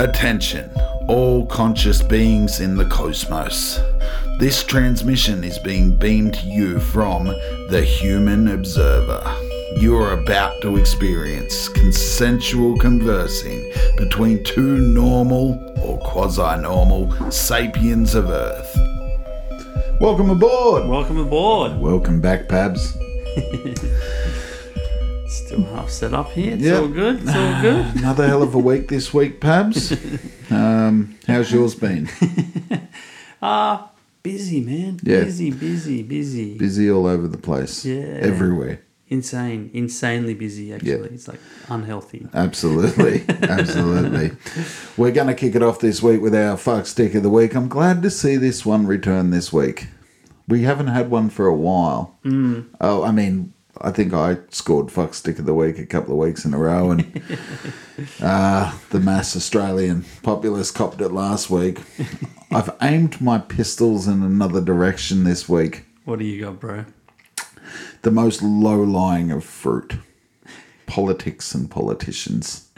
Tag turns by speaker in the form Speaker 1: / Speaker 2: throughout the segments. Speaker 1: Attention, all conscious beings in the cosmos. This transmission is being beamed to you from the Human Observer. You are about to experience consensual conversing between two normal or quasi normal sapiens of Earth. Welcome aboard!
Speaker 2: Welcome aboard.
Speaker 1: Welcome back, Pabs.
Speaker 2: Still half set up here. It's
Speaker 1: Yeah.
Speaker 2: all good. It's all good.
Speaker 1: Another hell of a week this week, Pabs. Um, how's yours been?
Speaker 2: Ah, busy man.
Speaker 1: Yeah.
Speaker 2: Busy, busy, busy.
Speaker 1: Busy all over the place.
Speaker 2: Yeah.
Speaker 1: Everywhere.
Speaker 2: Insane, insanely busy. Actually, it's like unhealthy.
Speaker 1: Absolutely. Absolutely. We're going to kick it off this week with our fuck stick of the week. I'm glad to see this one return this week. We haven't had one for a while. Mm. Oh, I mean, I think I scored fuck stick of the week a couple of weeks in a row, and uh, the mass Australian populace copped it last week. I've aimed my pistols in another direction this week.
Speaker 2: What do you got, bro?
Speaker 1: The most low lying of fruit politics and politicians.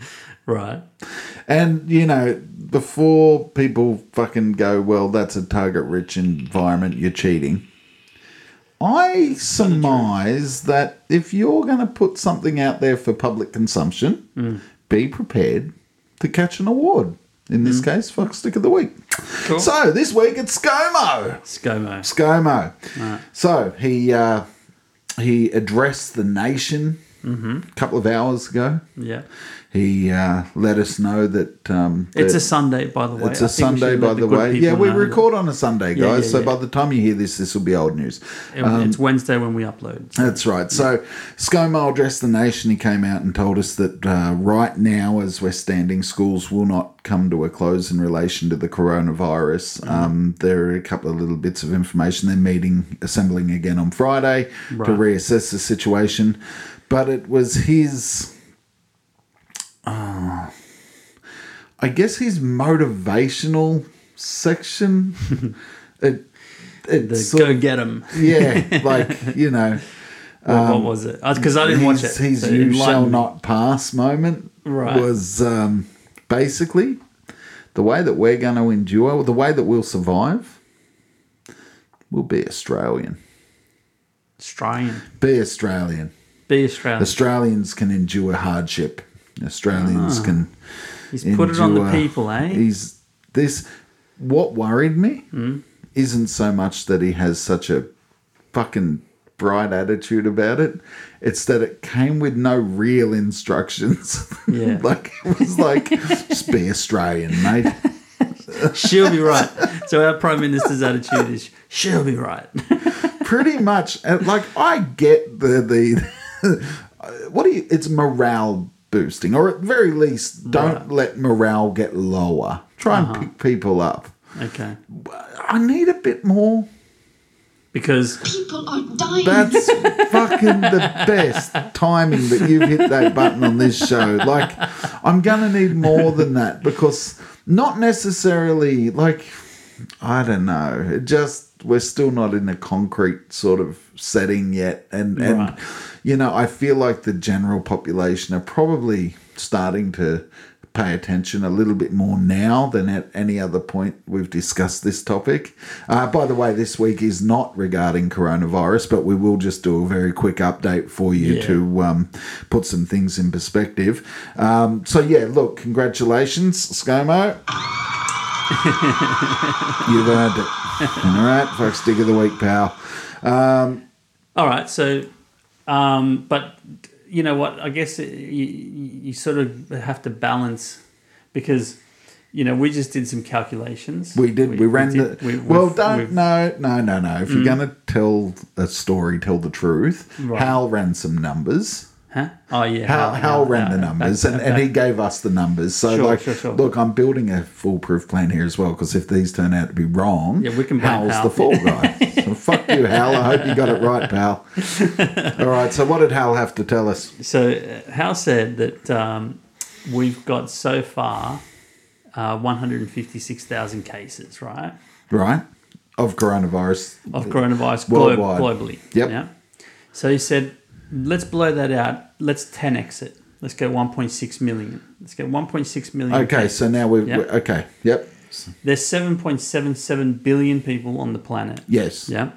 Speaker 2: Right.
Speaker 1: And you know, before people fucking go, well, that's a target-rich environment. You're cheating. I surmise that if you're going to put something out there for public consumption, be prepared to catch an award. In this case, fuck stick of the week.
Speaker 2: Cool.
Speaker 1: So this week it's ScoMo.
Speaker 2: ScoMo.
Speaker 1: ScoMo. So he uh, he addressed the nation a couple of hours ago.
Speaker 2: Yeah.
Speaker 1: He uh, let us know that um,
Speaker 2: It's
Speaker 1: that
Speaker 2: a Sunday, by the way.
Speaker 1: it's
Speaker 2: I
Speaker 1: a
Speaker 2: think we should
Speaker 1: Sunday,
Speaker 2: let
Speaker 1: by the,
Speaker 2: good
Speaker 1: way.
Speaker 2: people
Speaker 1: Yeah, we
Speaker 2: know that
Speaker 1: record on a Sunday, guys.
Speaker 2: Yeah, yeah,
Speaker 1: So
Speaker 2: yeah.
Speaker 1: by the time you hear this, this will be old news.
Speaker 2: it-
Speaker 1: Um,
Speaker 2: it's Wednesday when we upload. So
Speaker 1: That's right. So ScoMo addressed the nation. He came out and told us that uh, right now, as we're standing, schools will not come to a close in relation to the coronavirus.
Speaker 2: Mm-hmm.
Speaker 1: Um, there are a couple of little bits of information. They're meeting, assembling again on Friday to
Speaker 2: Right.
Speaker 1: reassess the situation. But it was his. uh, I guess his motivational section. it, it
Speaker 2: the
Speaker 1: sort
Speaker 2: go
Speaker 1: of,
Speaker 2: get 'em.
Speaker 1: yeah, like you you know,
Speaker 2: What- what was it? Because I didn't watch it.
Speaker 1: his, his
Speaker 2: so
Speaker 1: um, "you shall
Speaker 2: enlighten me.
Speaker 1: not pass" moment
Speaker 2: Right.
Speaker 1: was um, basically the way that we're going to endure, the way that we'll survive, will be Australian.
Speaker 2: Australian.
Speaker 1: Be Australian.
Speaker 2: Be Australian.
Speaker 1: Australians can endure hardship.
Speaker 2: Ah.
Speaker 1: Australians can.
Speaker 2: He's put it on the
Speaker 1: endure-
Speaker 2: people, eh?
Speaker 1: He's this. What worried me
Speaker 2: Hmm.
Speaker 1: isn't so much that he has such a fucking bright attitude about it. It's that it came with no real instructions.
Speaker 2: Yeah.
Speaker 1: like it was like just be Australian, mate.
Speaker 2: She'll be right. So our prime minister's attitude is she'll be right.
Speaker 1: Pretty much. And like I get the the what do you? It's morale boosting, or at very least, don't let morale get lower. Try
Speaker 2: Uh-huh.
Speaker 1: and pick people up.
Speaker 2: Okay.
Speaker 1: I need a bit more
Speaker 2: Because
Speaker 3: People are dying.
Speaker 1: That's fucking the best timing that you've hit that button on this show. Like, I'm going to need more than that because not necessarily, like, I don't know. It just, we're still not in a concrete sort of setting yet. And,
Speaker 2: Right.
Speaker 1: and you know, I feel like the general population are probably starting to pay attention a little bit more now than at any other point we've discussed this topic. Uh, by the way, this week is not regarding coronavirus, but we will just do a very quick update for you
Speaker 2: Yeah.
Speaker 1: to um, put some things in perspective. Um, so, yeah, look, congratulations, ScoMo. You've earned it. All right, folks, dig of the week, pal.
Speaker 2: All right. So, um, but you know what? I guess it, you, you you sort of have to balance because, you know, we just did some calculations.
Speaker 1: We did. We, ran
Speaker 2: did-
Speaker 1: the.
Speaker 2: we-
Speaker 1: well,
Speaker 2: we've-
Speaker 1: don't
Speaker 2: we've- Mm.
Speaker 1: no no no no. If you're gonna tell a story, tell the truth.
Speaker 2: Right.
Speaker 1: Hal ran some numbers.
Speaker 2: Huh? Oh, yeah.
Speaker 1: Hal,
Speaker 2: yeah,
Speaker 1: Hal ran
Speaker 2: yeah,
Speaker 1: the
Speaker 2: yeah,
Speaker 1: numbers,
Speaker 2: back-
Speaker 1: and, and he gave us the numbers. So
Speaker 2: Sure,
Speaker 1: like,
Speaker 2: sure, sure.
Speaker 1: look, I'm building a foolproof plan here as well. Because if these turn out to be wrong,
Speaker 2: Yeah, we can blame
Speaker 1: Hal's
Speaker 2: Hal.
Speaker 1: the fall guy. So fuck you, Hal. I hope you got it right, pal. All right. So what did Hal have to tell us?
Speaker 2: So uh, Hal said that um, we've got so far uh, 156,000 cases, right?
Speaker 1: Right. Of coronavirus.
Speaker 2: of coronavirus glo-
Speaker 1: Worldwide.
Speaker 2: globally.
Speaker 1: Yep.
Speaker 2: Yeah. So he said, let's blow that out. Let's 10x it. Let's go 1.6 million. Let's go 1.6 million.
Speaker 1: Okay, so now we've
Speaker 2: Yeah.
Speaker 1: we- okay. Yep.
Speaker 2: There's 7.77 billion people on the planet.
Speaker 1: Yes.
Speaker 2: Yeah.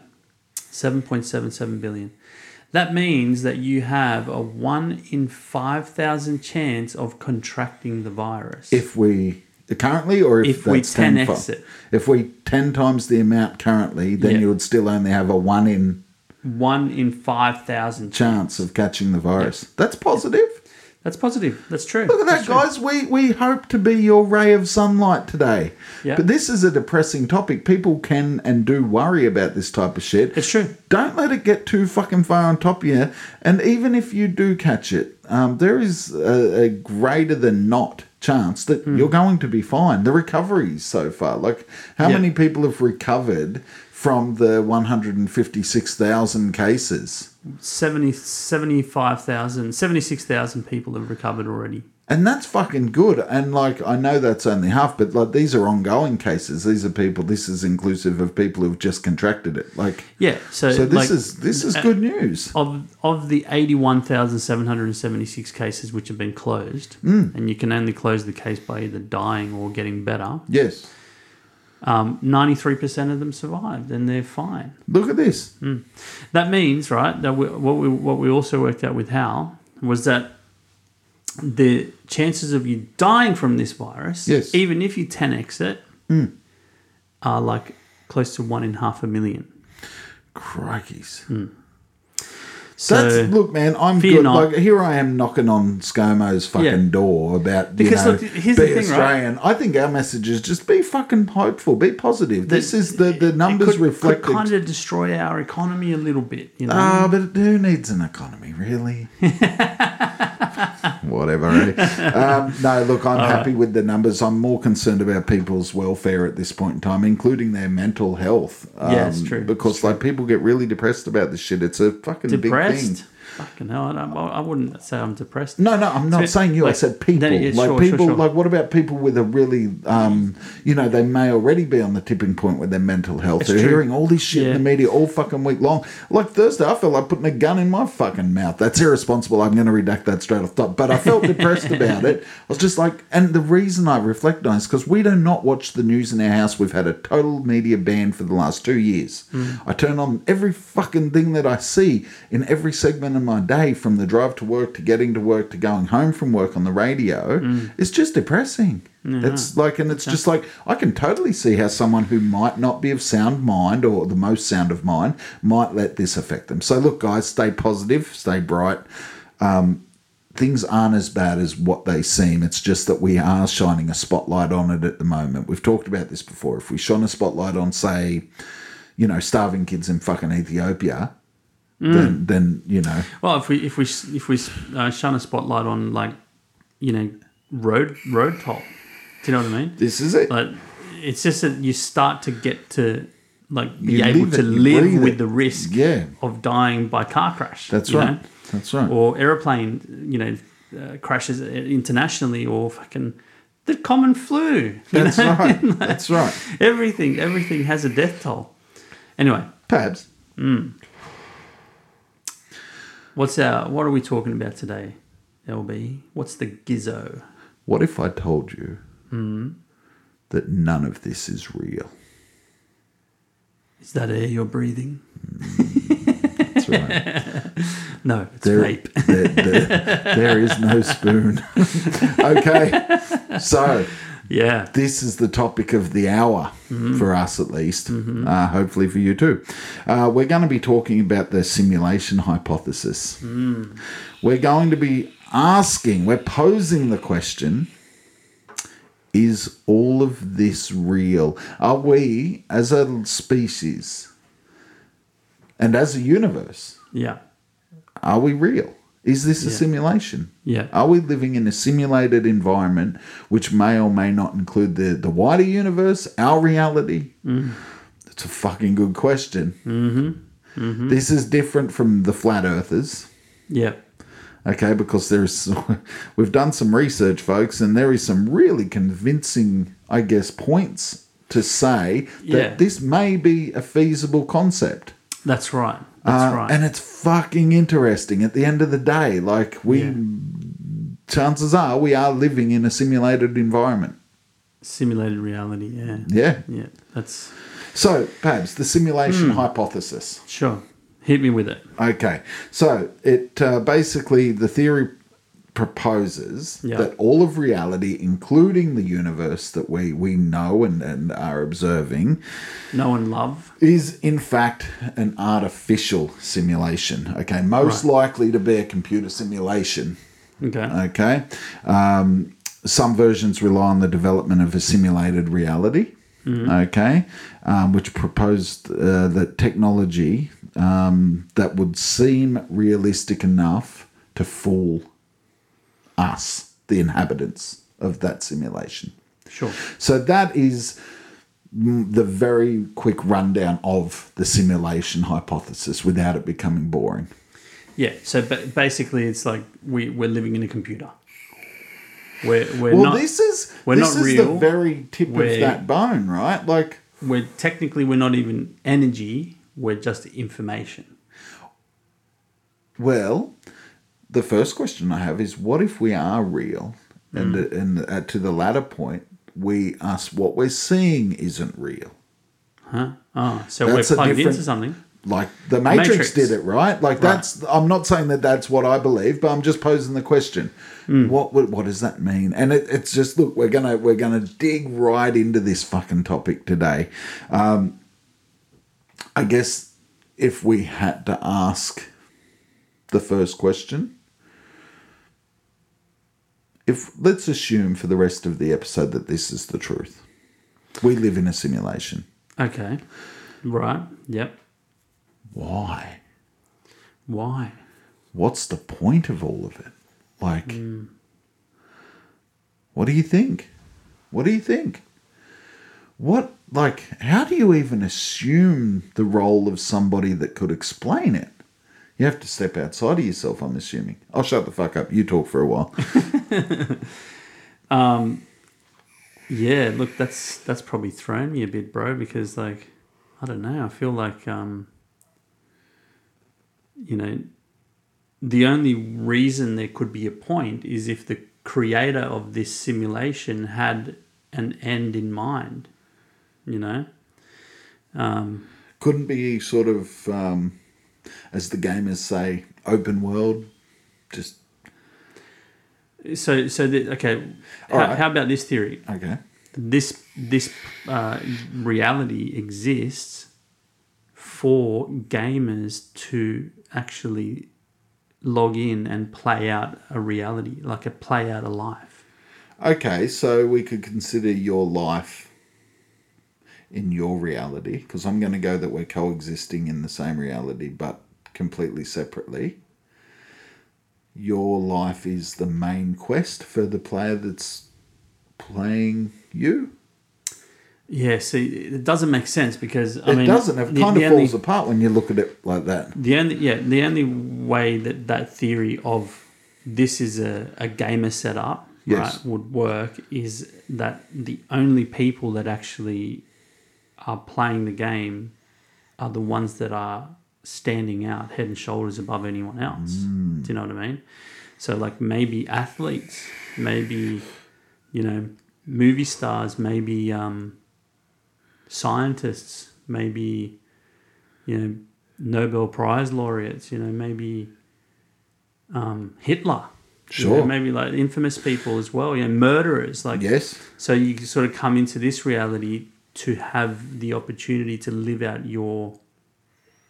Speaker 2: 7.77 billion. That means that you have a 1 in 5,000 chance of contracting the virus.
Speaker 1: If we currently or if,
Speaker 2: If we
Speaker 1: that's 10
Speaker 2: 10x
Speaker 1: fo-
Speaker 2: it.
Speaker 1: If we 10 times the amount currently, then
Speaker 2: Yeah.
Speaker 1: you would still only have a 1 in
Speaker 2: 1 in 5,000 chance.
Speaker 1: chance of catching the virus. That's positive.
Speaker 2: That's positive. That's true.
Speaker 1: Look at that,
Speaker 2: That's
Speaker 1: guys.
Speaker 2: true.
Speaker 1: We we hope to be your ray of sunlight today.
Speaker 2: Yeah.
Speaker 1: But this is a depressing topic. People can and do worry about this type of shit.
Speaker 2: It's true.
Speaker 1: Don't let it get too fucking far on top of you. And even if you do catch it, um, there is a, a greater than not chance that
Speaker 2: Hmm.
Speaker 1: you're going to be fine. The recoveries so far, like how
Speaker 2: Yeah.
Speaker 1: many people have recovered from the 156,000 cases?
Speaker 2: 70, 75,000, 76,000 people have recovered already.
Speaker 1: And that's fucking good. And like, I know that's only half, but like, these are ongoing cases. These are people. This is inclusive of people who've just contracted it. Like,
Speaker 2: Yeah. So,
Speaker 1: so this
Speaker 2: Uh, like, uh,
Speaker 1: is this is good news.
Speaker 2: of of the 81,776 cases which have been closed, and you can only close the case by either dying or getting better,
Speaker 1: Yes.
Speaker 2: um, 93% of them survived and they're fine.
Speaker 1: Look at this.
Speaker 2: That means, right, that we, what, we, what we also worked out with Hal was that the chances of you dying from this virus,
Speaker 1: Yes. Mm.
Speaker 2: even if you 10x it, are like close to one in half a million.
Speaker 1: Crikey's.
Speaker 2: Mm. So,
Speaker 1: That's look, man. I'm
Speaker 2: fear
Speaker 1: good.
Speaker 2: not.
Speaker 1: Like here, I am knocking on ScoMo's fucking
Speaker 2: Yeah.
Speaker 1: door about
Speaker 2: Because,
Speaker 1: you know
Speaker 2: look, here's
Speaker 1: be
Speaker 2: the thing, right?
Speaker 1: Australian. I think our message is just be fucking hopeful, be positive. this is the the
Speaker 2: it
Speaker 1: numbers
Speaker 2: could,
Speaker 1: reflect.
Speaker 2: could
Speaker 1: the-
Speaker 2: kind of um, destroy our economy a little bit, you know?
Speaker 1: Ah, but who needs an economy, really? Whatever. eh? Um, no, look, I'm happy with the numbers. I'm more concerned about people's welfare at this point in time, including their mental health. Um,
Speaker 2: Yeah, it's true.
Speaker 1: Because like people get really depressed about this shit. It's a fucking big
Speaker 2: depressed.
Speaker 1: thing.
Speaker 2: Fucking hell, I, don't, I wouldn't say I'm depressed.
Speaker 1: No, no, I'm not
Speaker 2: So,
Speaker 1: saying you. I
Speaker 2: like,
Speaker 1: said people.
Speaker 2: then, yeah,
Speaker 1: like
Speaker 2: sure, sure,
Speaker 1: people.
Speaker 2: sure.
Speaker 1: Like what about people with a really, um, you know, they may already be on the tipping point with their mental health.
Speaker 2: It's
Speaker 1: They're
Speaker 2: true.
Speaker 1: hearing all this shit in
Speaker 2: Yeah.
Speaker 1: the media all fucking week long. Like Thursday, I felt like putting a gun in my fucking mouth. That's irresponsible. I'm going to redact that straight off the top. But I felt depressed about it. I was just like, and the reason I reflect on is because we do not watch the news in our house. We've had a total media ban for the last two years.
Speaker 2: Hmm.
Speaker 1: I turn on every fucking thing that I see in every segment of my day, from the drive to work to getting to work to going home from work on the radio. It's just depressing. It's like, and it's just like, I can totally see how someone who might not be of sound mind or the most sound of mind might let this affect them. So, look, guys, stay positive, stay bright. Um, things aren't as bad as what they seem. It's just that we are shining a spotlight on it at the moment. We've talked about this before. If we shone a spotlight on, say, you know, starving kids in fucking Ethiopia,
Speaker 2: Mm.
Speaker 1: then, then, you know,
Speaker 2: Well, if we if we if we uh, shine a spotlight on like, you know, road road toll, do you know what I mean?
Speaker 1: this is it.
Speaker 2: Like, it's just that you start to get to like be
Speaker 1: You
Speaker 2: able
Speaker 1: live it,
Speaker 2: to
Speaker 1: you
Speaker 2: live
Speaker 1: breathe
Speaker 2: with
Speaker 1: it.
Speaker 2: the risk
Speaker 1: Yeah.
Speaker 2: of dying by car crash.
Speaker 1: That's
Speaker 2: you
Speaker 1: right.
Speaker 2: know?
Speaker 1: That's right.
Speaker 2: Or airplane, you know, uh, crashes internationally, or fucking the common flu. you
Speaker 1: That's
Speaker 2: know?
Speaker 1: right. That's right.
Speaker 2: Everything, everything has a death toll. Anyway,
Speaker 1: Perhaps.
Speaker 2: what's our? What are we talking about today, LB? What's the gizzo?
Speaker 1: What if I told you
Speaker 2: Mm.
Speaker 1: that none of this is real?
Speaker 2: Is that air you're breathing?
Speaker 1: That's right.
Speaker 2: No, it's
Speaker 1: There,
Speaker 2: vape.
Speaker 1: there- there- there is no spoon. okay. So,
Speaker 2: Yeah.
Speaker 1: this is the topic of the hour for us, at least. Uh, hopefully, for you too. Uh, we're going to be talking about the simulation hypothesis. We're going to be asking, we're posing the question is all of this real? Are we, as a species and as a universe,
Speaker 2: Yeah.
Speaker 1: are we real? Is this a
Speaker 2: Yeah.
Speaker 1: simulation?
Speaker 2: Yeah.
Speaker 1: Are we living in a simulated environment which may or may not include the, the wider universe, our reality?
Speaker 2: Mm.
Speaker 1: It's a fucking good question. Mm-hmm.
Speaker 2: Mm-hmm.
Speaker 1: This is different from the flat earthers.
Speaker 2: Yeah.
Speaker 1: Okay, because there's we've done some research, folks, and there is some really convincing, I guess, points to say that
Speaker 2: Yeah.
Speaker 1: this may be a feasible concept.
Speaker 2: That's right. That's
Speaker 1: Uh,
Speaker 2: right.
Speaker 1: And it's fucking interesting. At the end of the day, like we
Speaker 2: Yeah.
Speaker 1: chances are we are living in a simulated environment.
Speaker 2: Simulated reality. Yeah.
Speaker 1: Yeah.
Speaker 2: Yeah. That's
Speaker 1: So, perhaps the
Speaker 2: Hmm.
Speaker 1: simulation hypothesis.
Speaker 2: sure. Hit me with it.
Speaker 1: Okay. So, it uh, basically, the theory proposes
Speaker 2: Yeah.
Speaker 1: that all of reality, including the universe that we, we know and, and are observing,
Speaker 2: No and love.
Speaker 1: is in fact an artificial simulation. Okay. Most likely to be a computer simulation.
Speaker 2: Okay.
Speaker 1: Okay. Um, some versions rely on the development of a simulated reality. Okay. Um, which proposed uh, that technology um, that would seem realistic enough to fool us, the inhabitants of that simulation.
Speaker 2: sure.
Speaker 1: So that is mm, the very quick rundown of the simulation hypothesis without it becoming boring.
Speaker 2: Yeah. So ba- basically, it's like we we're living in a computer. We're we're
Speaker 1: Well,
Speaker 2: not.
Speaker 1: this is
Speaker 2: we're
Speaker 1: this
Speaker 2: not
Speaker 1: is the
Speaker 2: real.
Speaker 1: very tip
Speaker 2: We're-
Speaker 1: of that bone, right? Like,
Speaker 2: we're technically we're not even energy. We're just information.
Speaker 1: well, the first question I have is, what if we are real? And
Speaker 2: Hmm.
Speaker 1: and uh, to the latter point, we us what we're seeing isn't real.
Speaker 2: Huh? Oh, so
Speaker 1: That's a
Speaker 2: we're plugged
Speaker 1: different-
Speaker 2: into something.
Speaker 1: Like the Matrix,
Speaker 2: Matrix.
Speaker 1: did it, right? Like that's. I'm not saying that that's what I believe, but I'm just posing the question. What, what what does that mean? And it, it's just look, we're gonna we're gonna dig right into this fucking topic today. Um, I guess if we had to ask the first question, if let's assume for the rest of the episode that this is the truth, we live in a simulation.
Speaker 2: Okay. Right. Yep.
Speaker 1: Why?
Speaker 2: Why?
Speaker 1: what's the point of all of it? Like, what do you think? What do you think? What, like, how do you even assume the role of somebody that could explain it? You have to step outside of yourself, I'm assuming. I'll shut the fuck up. You talk for a while.
Speaker 2: Yeah, look, that's that's probably thrown me a bit, bro, because like I don't know, I feel like um you know the only reason there could be a point is if the creator of this simulation had an end in mind, you know? Um
Speaker 1: Couldn't be sort of, um, as the gamers say, open world. Just,
Speaker 2: so so the, okay, how,
Speaker 1: Alright.
Speaker 2: how about this theory?
Speaker 1: okay.
Speaker 2: this this uh, reality exists for gamers to actually log in and play out a reality, like a play out a life.
Speaker 1: Okay, so we could consider your life in your reality, because I'm going to go that we're coexisting in the same reality but completely separately. Your life is the main quest for the player that's playing you.
Speaker 2: Yeah, see, it doesn't make sense because I
Speaker 1: it
Speaker 2: mean,
Speaker 1: doesn't. It
Speaker 2: the-
Speaker 1: kind
Speaker 2: the
Speaker 1: of
Speaker 2: only-
Speaker 1: falls apart when you look at it like that.
Speaker 2: The only yeah, the only way that that theory of this is a, a gamer setup
Speaker 1: Yes.
Speaker 2: right, would work is that the only people that actually are playing the game are the ones that are standing out head and shoulders above anyone else. Do you know what I mean? So like maybe athletes, maybe you know movie stars, maybe um, scientists, maybe you know, Nobel Prize laureates, you know, maybe um, Hitler. you know,
Speaker 1: Sure.
Speaker 2: maybe like infamous people as well, you know, murderers. Like,
Speaker 1: Yes.
Speaker 2: so you sort of come into this reality to have the opportunity to live out your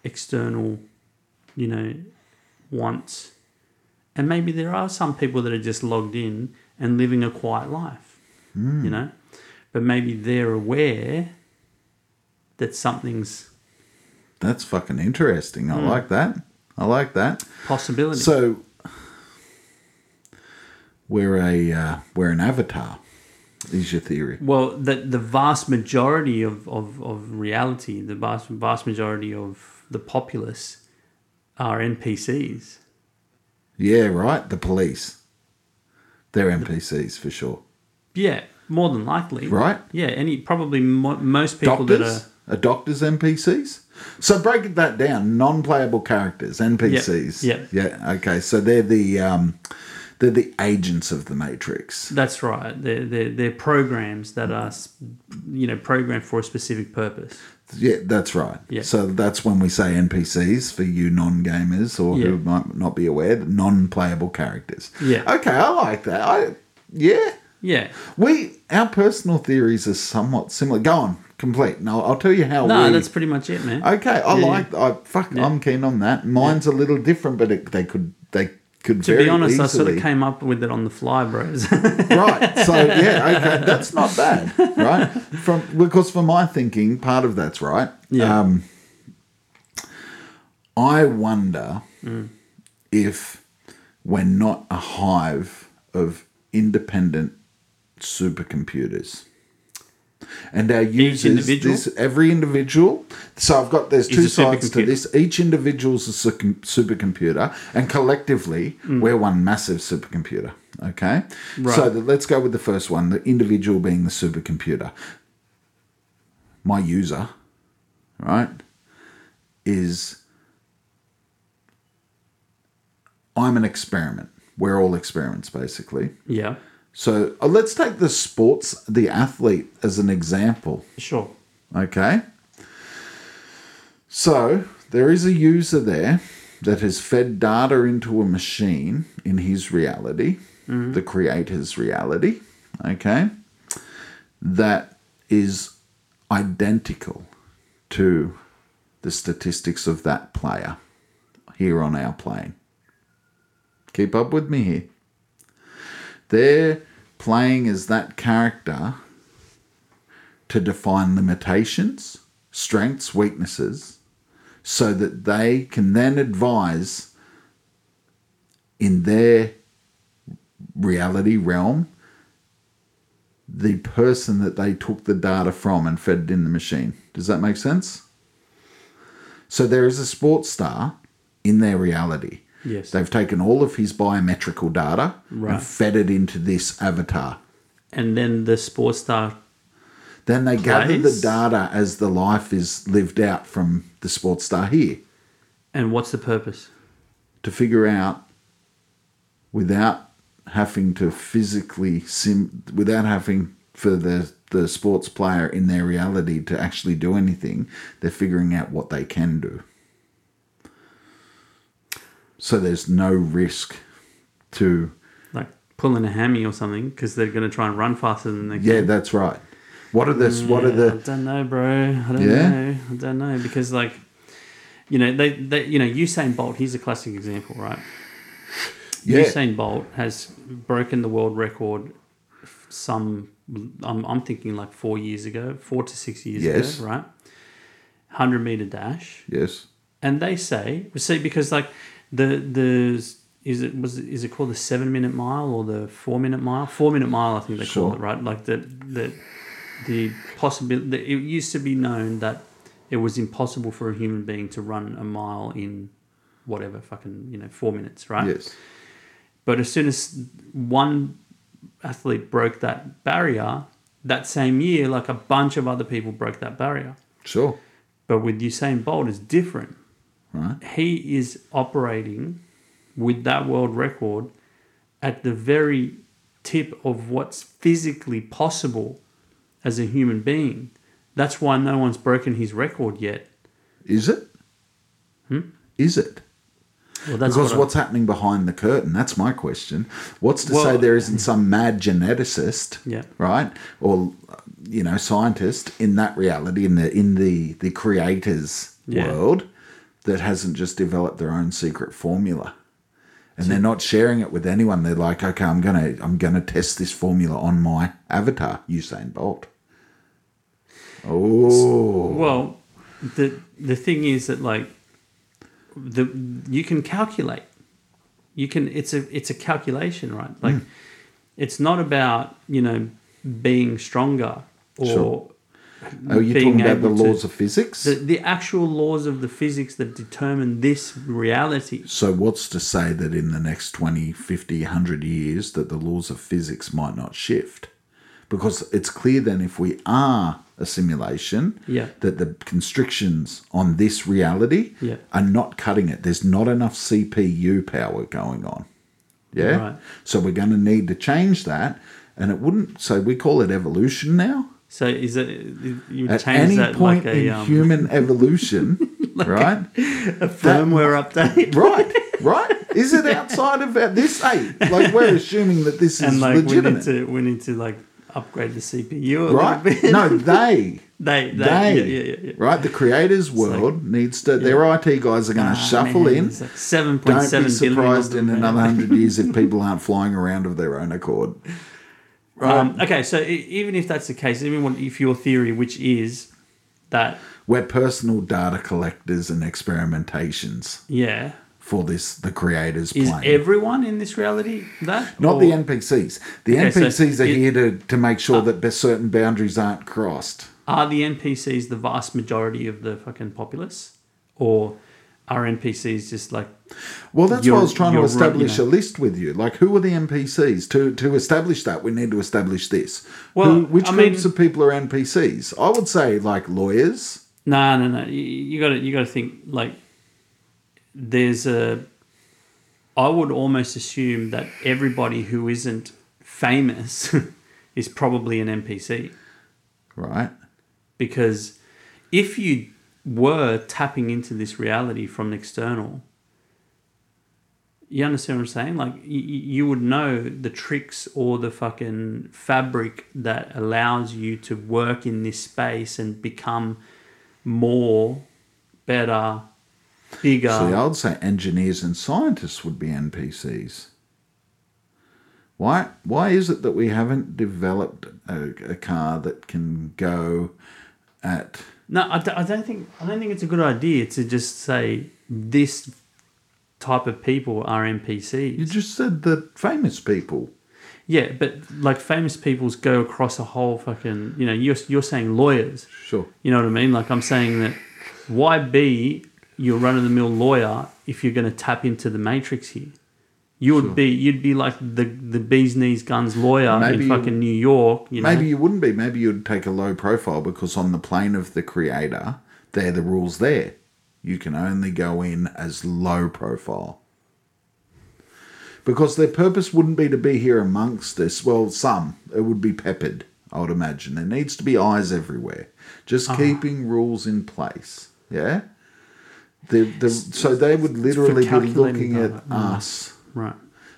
Speaker 2: external, you know, wants. And maybe there are some people that are just logged in and living a quiet life, you know, but maybe they're aware that something's
Speaker 1: That's fucking interesting. I
Speaker 2: Hmm.
Speaker 1: like that. I like that.
Speaker 2: possibility.
Speaker 1: So we're a uh, we're an avatar. Is your theory?
Speaker 2: Well, the the vast majority of, of, of reality, the vast vast majority of the populace are NPCs.
Speaker 1: Yeah, right. The police. They're NPCs for sure,
Speaker 2: Yeah, more than likely.
Speaker 1: right?
Speaker 2: Yeah, any probably mo- most people
Speaker 1: doctors.
Speaker 2: that are
Speaker 1: Are doctors NPCs? So break that down. Non-playable characters, NPCs.
Speaker 2: Yep,
Speaker 1: Yeah. Okay. So they're the um, They're the agents of the Matrix.
Speaker 2: That's right. They're, they're, they're programs that are, s- you know, programmed for a specific purpose.
Speaker 1: Yeah, that's right.
Speaker 2: Yeah.
Speaker 1: So that's when we say NPCs for you non gamers or
Speaker 2: Yeah.
Speaker 1: who might not be aware, non playable characters.
Speaker 2: Yeah.
Speaker 1: Okay, I like that. I yeah.
Speaker 2: Yeah.
Speaker 1: We our personal theories are somewhat similar. Go on, complete. No, I'll tell you how
Speaker 2: No,
Speaker 1: we
Speaker 2: that's pretty much it, man.
Speaker 1: Okay, I
Speaker 2: Yeah,
Speaker 1: like. I fuck. I'm keen on that. Mine's a little different, but it, they could. They could.
Speaker 2: to
Speaker 1: very
Speaker 2: be honest, I sort
Speaker 1: easily-
Speaker 2: of came up with it on the fly, bros.
Speaker 1: right. So yeah, okay, that's not bad, right? From because for my thinking, part of that's right.
Speaker 2: Yeah.
Speaker 1: Um, I wonder if we're not a hive of independent supercomputers. And our users,
Speaker 2: individual?
Speaker 1: this every individual. So I've got there's
Speaker 2: Is
Speaker 1: two
Speaker 2: a
Speaker 1: sides to
Speaker 2: supercomputer.
Speaker 1: this. Each individual's a su- supercomputer, and collectively we're one massive supercomputer. Okay,
Speaker 2: Mm. Right.
Speaker 1: so the, let's go with the first one. The individual being the supercomputer. My user, right, is I'm an experiment. We're all experiments, basically.
Speaker 2: yeah.
Speaker 1: So uh, let's take the sports, the athlete, as an example.
Speaker 2: Sure.
Speaker 1: Okay. So there is a user there that has fed data into a machine in his reality, the creator's reality. Okay. That is identical to the statistics of that player here on our plane. Keep up with me here. They're playing as that character to define limitations, strengths, weaknesses, so that they can then advise in their reality realm the person that they took the data from and fed it in the machine. Does that make sense? So there is a sports star in their reality.
Speaker 2: Yes.
Speaker 1: They've taken all of his biometrical data
Speaker 2: Right.
Speaker 1: and fed it into this avatar.
Speaker 2: And then the sports star.
Speaker 1: Then they gather the
Speaker 2: Place.
Speaker 1: data as the life is lived out from the sports star here
Speaker 2: And what's the purpose?
Speaker 1: to figure out without having to physically sim without having for the the sports player in their reality to actually do anything they're figuring out what they can do so there's no risk to
Speaker 2: Like pulling a hammy or something because they're going to try and run faster than they can.
Speaker 1: yeah that's right what are the what are
Speaker 2: I
Speaker 1: the
Speaker 2: don't know, bro. I don't
Speaker 1: Yeah?
Speaker 2: know. I don't know because like, you know, they, they you know Usain Bolt. He's a classic example, right?
Speaker 1: yeah
Speaker 2: Usain Bolt has broken the world record. f- Some I'm, I'm thinking like four years ago, four to six years
Speaker 1: Yes.
Speaker 2: ago, right? Hundred meter dash,
Speaker 1: yes
Speaker 2: and they say see because like the the is it was it- is it called the seven minute mile or the four minute mile? Four minute mile, I think they
Speaker 1: Sure.
Speaker 2: call it right. Like the the the possibility. It used to be known that it was impossible for a human being to run a mile in whatever fucking you know four minutes, right?
Speaker 1: yes
Speaker 2: But as soon as one athlete broke that barrier, that same year, like a bunch of other people broke that barrier.
Speaker 1: sure
Speaker 2: But with Usain Bolt, it's different.
Speaker 1: Right.
Speaker 2: He is operating with that world record at the very tip of what's physically possible as a human being. That's why no one's broken his record yet.
Speaker 1: Is it? Is it?
Speaker 2: Well, that's
Speaker 1: because
Speaker 2: what I-
Speaker 1: what's happening behind the curtain? That's my question. What's to say
Speaker 2: Well- mm.
Speaker 1: there isn't some mad geneticist,
Speaker 2: Yeah.
Speaker 1: right, or you know, scientist in that reality in the in the the creator's
Speaker 2: Yeah.
Speaker 1: world that hasn't just developed their own secret formula, and they're not sharing it with anyone. They're like, okay, I'm gonna I'm gonna test this formula on my avatar, Usain Bolt. Oh,
Speaker 2: Well, the the thing is that like the you can calculate. You can it's a it's a calculation, right?
Speaker 1: Hmm.
Speaker 2: Like it's not about, you know, being stronger or
Speaker 1: Sure. are you
Speaker 2: being
Speaker 1: Oh, talking about the
Speaker 2: able to-
Speaker 1: laws of physics?
Speaker 2: the, the actual laws of the physics that determine this reality.
Speaker 1: So, what's to say that in the next 20, 50, 100 years that the laws of physics might not shift? Because it's clear then if we are a simulation,
Speaker 2: Yeah.
Speaker 1: that the constrictions on this reality
Speaker 2: Yeah.
Speaker 1: are not cutting it. There's not enough CPU power going on. Yeah.
Speaker 2: Right.
Speaker 1: So we're going to need to change that. And it wouldn't, so we call it evolution now.
Speaker 2: So is it you would
Speaker 1: At
Speaker 2: change
Speaker 1: any
Speaker 2: that
Speaker 1: point
Speaker 2: like a
Speaker 1: in
Speaker 2: um,
Speaker 1: human evolution, right?
Speaker 2: firmware update?
Speaker 1: Right, right. Is it outside of our- this? Hey, like we're assuming that this is
Speaker 2: and like we need
Speaker 1: legitimate,
Speaker 2: to we need to like upgrade the CPU a
Speaker 1: right?
Speaker 2: little bit.
Speaker 1: No, they,
Speaker 2: they, they,
Speaker 1: they,
Speaker 2: yeah, yeah, yeah, yeah.
Speaker 1: right? The creators' world needs to. Their IT guys are going to shuffle
Speaker 2: Ah, Man,
Speaker 1: in.
Speaker 2: it's like seven point
Speaker 1: Don't be
Speaker 2: seven billion.
Speaker 1: surprised
Speaker 2: of
Speaker 1: in
Speaker 2: them, man.
Speaker 1: another hundred years if people aren't flying around of their own accord. Right.
Speaker 2: Um, okay, so e- even if that's the case, even what- if your theory, which is that,
Speaker 1: We're personal data collectors and experimentations
Speaker 2: yeah,
Speaker 1: for this. The creators'
Speaker 2: is
Speaker 1: plane.
Speaker 2: everyone in this reality that?
Speaker 1: not
Speaker 2: Or-
Speaker 1: the NPCs. The
Speaker 2: Okay, so
Speaker 1: NPCs are
Speaker 2: it- Ah.
Speaker 1: here to, to make sure that that certain boundaries aren't crossed.
Speaker 2: Are the NPCs the vast majority of the fucking populace, or are NPCs just like
Speaker 1: Well, that's why I
Speaker 2: You're-
Speaker 1: was trying to
Speaker 2: you're right,
Speaker 1: establish
Speaker 2: you
Speaker 1: a list with you. Like, who are the NPCs? To to establish that, we need to establish this.
Speaker 2: Well,
Speaker 1: Who- which
Speaker 2: I mean-
Speaker 1: groups of people are NPCs? I would say like lawyers.
Speaker 2: No, no, no. You- You got to you got to think like there's a. I would almost assume that everybody who isn't famous is probably an NPC
Speaker 1: Right.
Speaker 2: because if you were tapping into this reality from an external, you understand what I'm saying? Like y- y- you would know the tricks or the fucking fabric that allows you to work in this space and become more, better, bigger.
Speaker 1: So I would say engineers and scientists would be NPCs. Why why is it that we haven't developed a, a car that can go at
Speaker 2: No, I, d- I don't think I don't think it's a good idea to just say this type of people are NPCs.
Speaker 1: you just said the famous people.
Speaker 2: Yeah, but like famous people's go across a whole fucking. You know, you're you're saying lawyers.
Speaker 1: Sure.
Speaker 2: You know what I mean? Like I'm saying that. Why be your run of the mill lawyer if you're going to tap into the matrix here? You would be you'd be like the the bees knees guns lawyer
Speaker 1: Maybe
Speaker 2: in
Speaker 1: you-
Speaker 2: fucking New York. You know?
Speaker 1: Maybe you wouldn't be. Maybe you'd take a low profile because on the plane of the creator, they're the rules there. You can only go in as low profile. Because their purpose wouldn't be to be here amongst us. Well, some. It would be peppered, I would imagine. There needs to be eyes everywhere. Just
Speaker 2: Uh-huh.
Speaker 1: keeping rules in place. Yeah? The, the, so they would literally be
Speaker 2: calculating
Speaker 1: looking at
Speaker 2: data.
Speaker 1: us.
Speaker 2: right.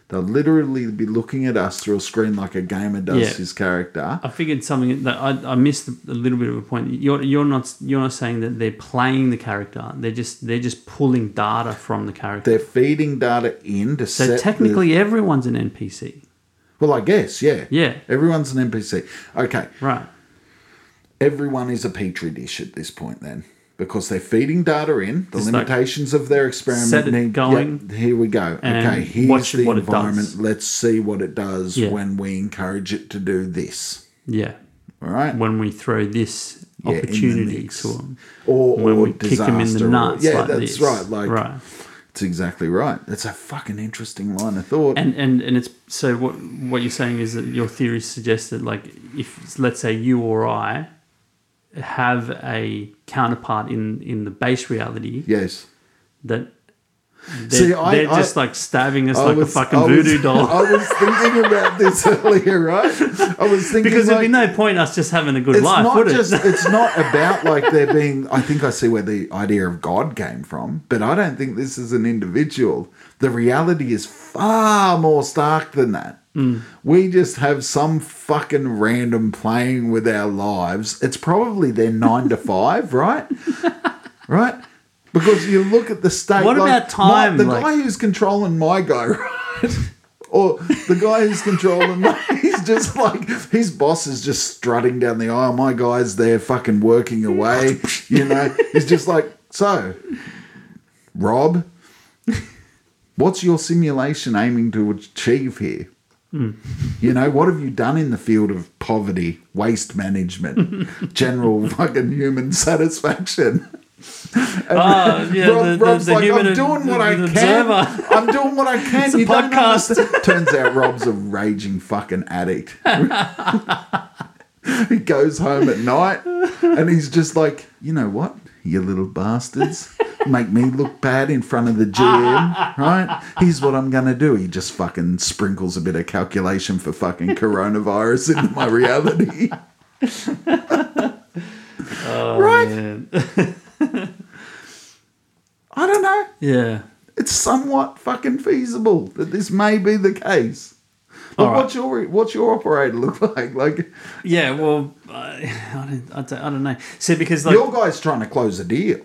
Speaker 1: They'll literally be looking at us through a screen like a gamer does
Speaker 2: Yeah.
Speaker 1: his character.
Speaker 2: I figured something that I, I missed a little bit of a point. You're you're not you're not saying that they're playing the character. They're just they're just pulling data from the character.
Speaker 1: They're feeding data in to set.
Speaker 2: So
Speaker 1: the-
Speaker 2: technically, everyone's an NPC.
Speaker 1: well, I guess, yeah,
Speaker 2: Yeah.
Speaker 1: Everyone's an NPC. Okay,
Speaker 2: Right.
Speaker 1: everyone is a petri dish at this point, then, because they're feeding data in. The
Speaker 2: Just like,
Speaker 1: limitations of their experiment
Speaker 2: set it
Speaker 1: need-
Speaker 2: going
Speaker 1: Yep, here we go.
Speaker 2: and
Speaker 1: Okay, here's
Speaker 2: watch
Speaker 1: the
Speaker 2: what it
Speaker 1: environment.
Speaker 2: does.
Speaker 1: Let's see what it does
Speaker 2: Yeah.
Speaker 1: when we encourage it to do this.
Speaker 2: Yeah.
Speaker 1: All right.
Speaker 2: When we throw
Speaker 1: Yeah,
Speaker 2: this
Speaker 1: in the
Speaker 2: opportunity
Speaker 1: mix.
Speaker 2: to them.
Speaker 1: Or,
Speaker 2: When
Speaker 1: or
Speaker 2: we kick them in
Speaker 1: disaster
Speaker 2: the
Speaker 1: or-
Speaker 2: nuts.
Speaker 1: Yeah,
Speaker 2: like
Speaker 1: that's
Speaker 2: this.
Speaker 1: right. Like,
Speaker 2: right.
Speaker 1: it's exactly right. That's a fucking interesting line of thought.
Speaker 2: And, and and it's so what what you're saying is that your theory suggests that like if let's say you or I have a counterpart in in the base reality
Speaker 1: yes.
Speaker 2: that they're,
Speaker 1: See, I-
Speaker 2: they're
Speaker 1: I-
Speaker 2: just like stabbing us
Speaker 1: I
Speaker 2: like
Speaker 1: was-
Speaker 2: a fucking
Speaker 1: I was-
Speaker 2: voodoo doll.
Speaker 1: I was thinking about this earlier, right? I was thinking
Speaker 2: Because there'd
Speaker 1: like,
Speaker 2: be no point us just having a good
Speaker 1: it's
Speaker 2: life,
Speaker 1: not
Speaker 2: would
Speaker 1: just
Speaker 2: it?
Speaker 1: it's not about like there being. I think I see where the idea of God came from, but I don't think this is an individual. The reality is far more stark than that.
Speaker 2: Mm.
Speaker 1: We just have some fucking random playing with our lives. It's probably their nine to five, right? Right. Because you look at the state.
Speaker 2: What
Speaker 1: like,
Speaker 2: about time,
Speaker 1: my- the
Speaker 2: like-
Speaker 1: guy who's controlling my guy, right? Or the guy who's controlling, he's just like his boss is just strutting down the aisle. My guy's there, fucking working away. You know, he's just like, so, Rob, what's your simulation aiming to achieve here?
Speaker 2: Hmm.
Speaker 1: You know, what have you done in the field of poverty, waste management, general fucking human satisfaction?
Speaker 2: Oh, yeah,
Speaker 1: Rob-
Speaker 2: the, the,
Speaker 1: Rob's
Speaker 2: the
Speaker 1: like,
Speaker 2: human
Speaker 1: I'm doing what
Speaker 2: the-
Speaker 1: I
Speaker 2: the
Speaker 1: can.
Speaker 2: observer.
Speaker 1: I'm doing what I can.
Speaker 2: a
Speaker 1: you don't
Speaker 2: podcast.
Speaker 1: understand. Turns out Rob's a raging fucking addict. he goes home at night and he's just like, you know what, you little bastards. make me look bad in front of the GM, right? Here's what I'm going to do. He just fucking sprinkles a bit of calculation for fucking coronavirus into my reality.
Speaker 2: Oh,
Speaker 1: right? I don't know.
Speaker 2: yeah.
Speaker 1: It's somewhat fucking feasible that this may be the case. But
Speaker 2: All right.
Speaker 1: what's your what's your operator look like? Like
Speaker 2: Yeah, well, I, I, don't, I, don't, I don't know. See, because like
Speaker 1: your guy's trying to close a deal.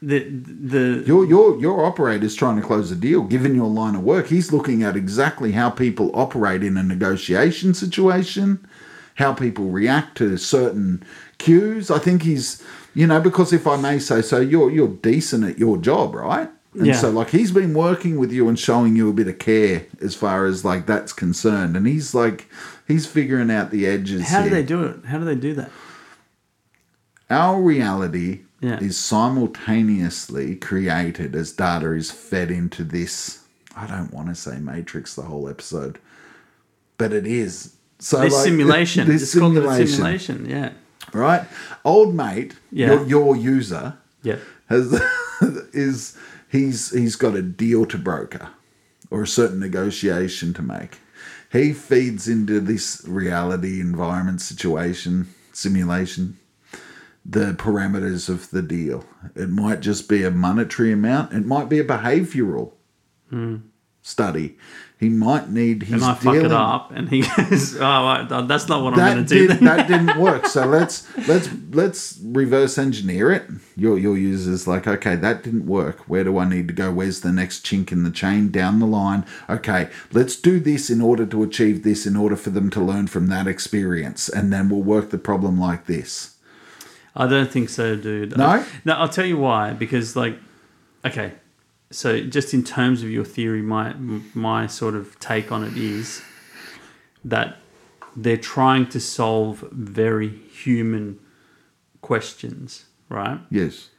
Speaker 2: the the
Speaker 1: Your your your operator's trying to close a deal. Given your line of work, he's looking at exactly how people operate in a negotiation situation, how people react to certain cues. I think he's, you know, because if I may say so, you're you're decent at your job, right? And
Speaker 2: Yeah.
Speaker 1: so like he's been working with you and showing you a bit of care as far as like that's concerned. And he's like he's figuring out the edges.
Speaker 2: how do
Speaker 1: here
Speaker 2: they do it? How do they do that?
Speaker 1: our reality
Speaker 2: Yeah.
Speaker 1: is simultaneously created as data is fed into this i don't want to say matrix the whole episode but it is so
Speaker 2: This
Speaker 1: like,
Speaker 2: simulation.
Speaker 1: this
Speaker 2: it's
Speaker 1: simulation,
Speaker 2: called a simulation. Yeah.
Speaker 1: right old mate
Speaker 2: Yeah.
Speaker 1: your, your user
Speaker 2: Yeah.
Speaker 1: has is he's he's got a deal to broker or a certain negotiation to make. He feeds into this reality environment situation simulation the parameters of the deal. It might just be a monetary amount. It might be a behavioural study. He might need his
Speaker 2: And I fuck
Speaker 1: dealing.
Speaker 2: Hmm. it up, and he goes, "Oh, right, that's not what I'm
Speaker 1: That
Speaker 2: going to do."
Speaker 1: did
Speaker 2: Then.
Speaker 1: that didn't work. So let's let's let's reverse engineer it. Your your user's like, okay, that didn't work. Where do I need to go? Where's the next chink in the chain down the line? Okay, let's do this in order to achieve this, in order for them to learn from that experience, and then we'll work the problem like this.
Speaker 2: I don't think so, dude.
Speaker 1: No?
Speaker 2: I- no, I'll tell you why. Because like, okay, so just in terms of your theory, my my sort of take on it is that they're trying to solve very human questions, right?
Speaker 1: Yes.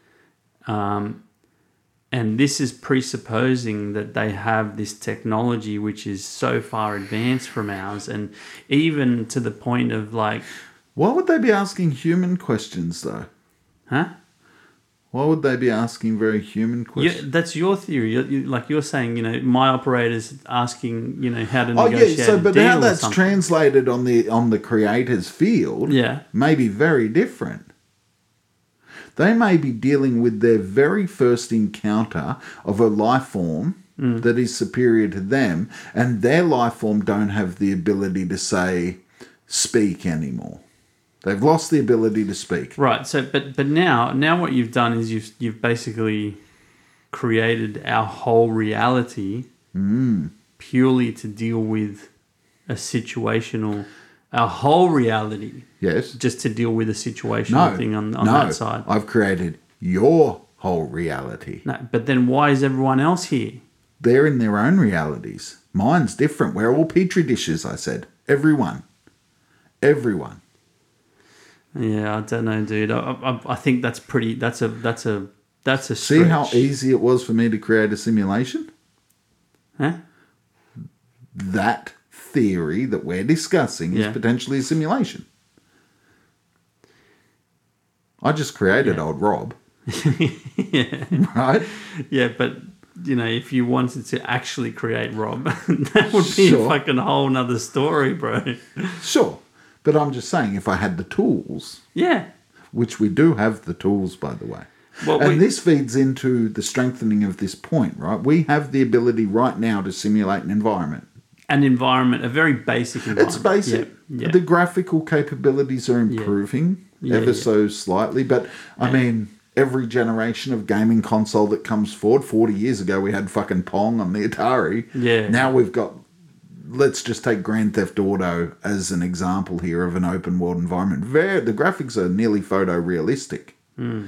Speaker 2: And this is presupposing that they have this technology which is so far advanced from ours, and even to the point of like,
Speaker 1: Why would they be asking human questions though?
Speaker 2: huh?
Speaker 1: Why would they be asking very human
Speaker 2: Yeah,
Speaker 1: questions?
Speaker 2: that's your theory. You, you, like you're saying, you know, my operator's asking, you know, how to
Speaker 1: Oh
Speaker 2: negotiate.
Speaker 1: yeah, so but
Speaker 2: deal
Speaker 1: how
Speaker 2: that's
Speaker 1: that's translated on the on the creator's field
Speaker 2: Yeah,
Speaker 1: may be very different. They may be dealing with their very first encounter of a life form
Speaker 2: Mm.
Speaker 1: that is superior to them, and their life form don't have the ability to say speak anymore. They've lost the ability to speak.
Speaker 2: right. So, but but now now what you've done is you've you've basically created our whole reality
Speaker 1: Mm.
Speaker 2: purely to deal with a situational, our whole reality
Speaker 1: Yes.
Speaker 2: just to deal with a situational
Speaker 1: No.
Speaker 2: thing on on
Speaker 1: no.
Speaker 2: that side.
Speaker 1: I've created your whole reality.
Speaker 2: No, but then why is everyone else here?
Speaker 1: They're in their own realities. Mine's different. We're all petri dishes, I said. Everyone. Everyone.
Speaker 2: Yeah, I don't know, dude. I, I, I think that's pretty. That's a that's a that's a
Speaker 1: See how
Speaker 2: stretch.
Speaker 1: easy it was for me to create a simulation?
Speaker 2: Huh?
Speaker 1: That theory that we're discussing
Speaker 2: Yeah.
Speaker 1: is potentially a simulation. I just created old Rob,
Speaker 2: yeah,
Speaker 1: right?
Speaker 2: yeah, but you know, if you wanted to actually create Rob, that would be
Speaker 1: Sure.
Speaker 2: a fucking whole nother story, bro.
Speaker 1: sure. But I'm just saying, if I had the tools,
Speaker 2: Yeah,
Speaker 1: which we do have the tools, by the way.
Speaker 2: Well,
Speaker 1: and
Speaker 2: we-
Speaker 1: this feeds into the strengthening of this point, right? We have the ability right now to simulate an environment.
Speaker 2: an environment, a very basic environment.
Speaker 1: It's basic.
Speaker 2: Yeah, yeah.
Speaker 1: The graphical capabilities are improving
Speaker 2: Yeah,
Speaker 1: ever
Speaker 2: yeah.
Speaker 1: so slightly, but I mean, every generation of gaming console that comes forward, 40 years ago, we had fucking Pong on the Atari.
Speaker 2: Yeah.
Speaker 1: Now we've got. Let's just take Grand Theft Auto as an example here of an open world environment. Very, the graphics are nearly photorealistic.
Speaker 2: you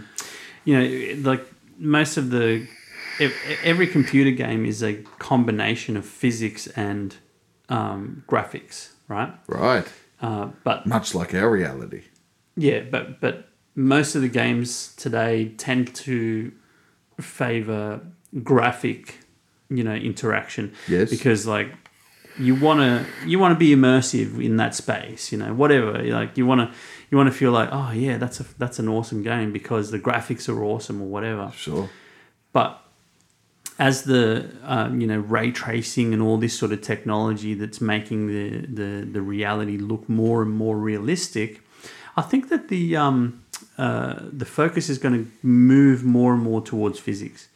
Speaker 2: know, like most of the ev- every computer game is a combination of physics and um, graphics, right?
Speaker 1: Right.
Speaker 2: Uh, but
Speaker 1: Much like our reality.
Speaker 2: Yeah, but but most of the games today tend to favor graphic, you know, interaction.
Speaker 1: Yes.
Speaker 2: Because like you want to you want to be immersive in that space, you know, whatever. Like you want to you want to feel like, "Oh yeah, that's a that's an awesome game because the graphics are awesome or whatever."
Speaker 1: Sure.
Speaker 2: But as the um, you know ray tracing and all this sort of technology that's making the, the, the reality look more and more realistic, I think that the um, uh, the focus is going to move more and more towards physics,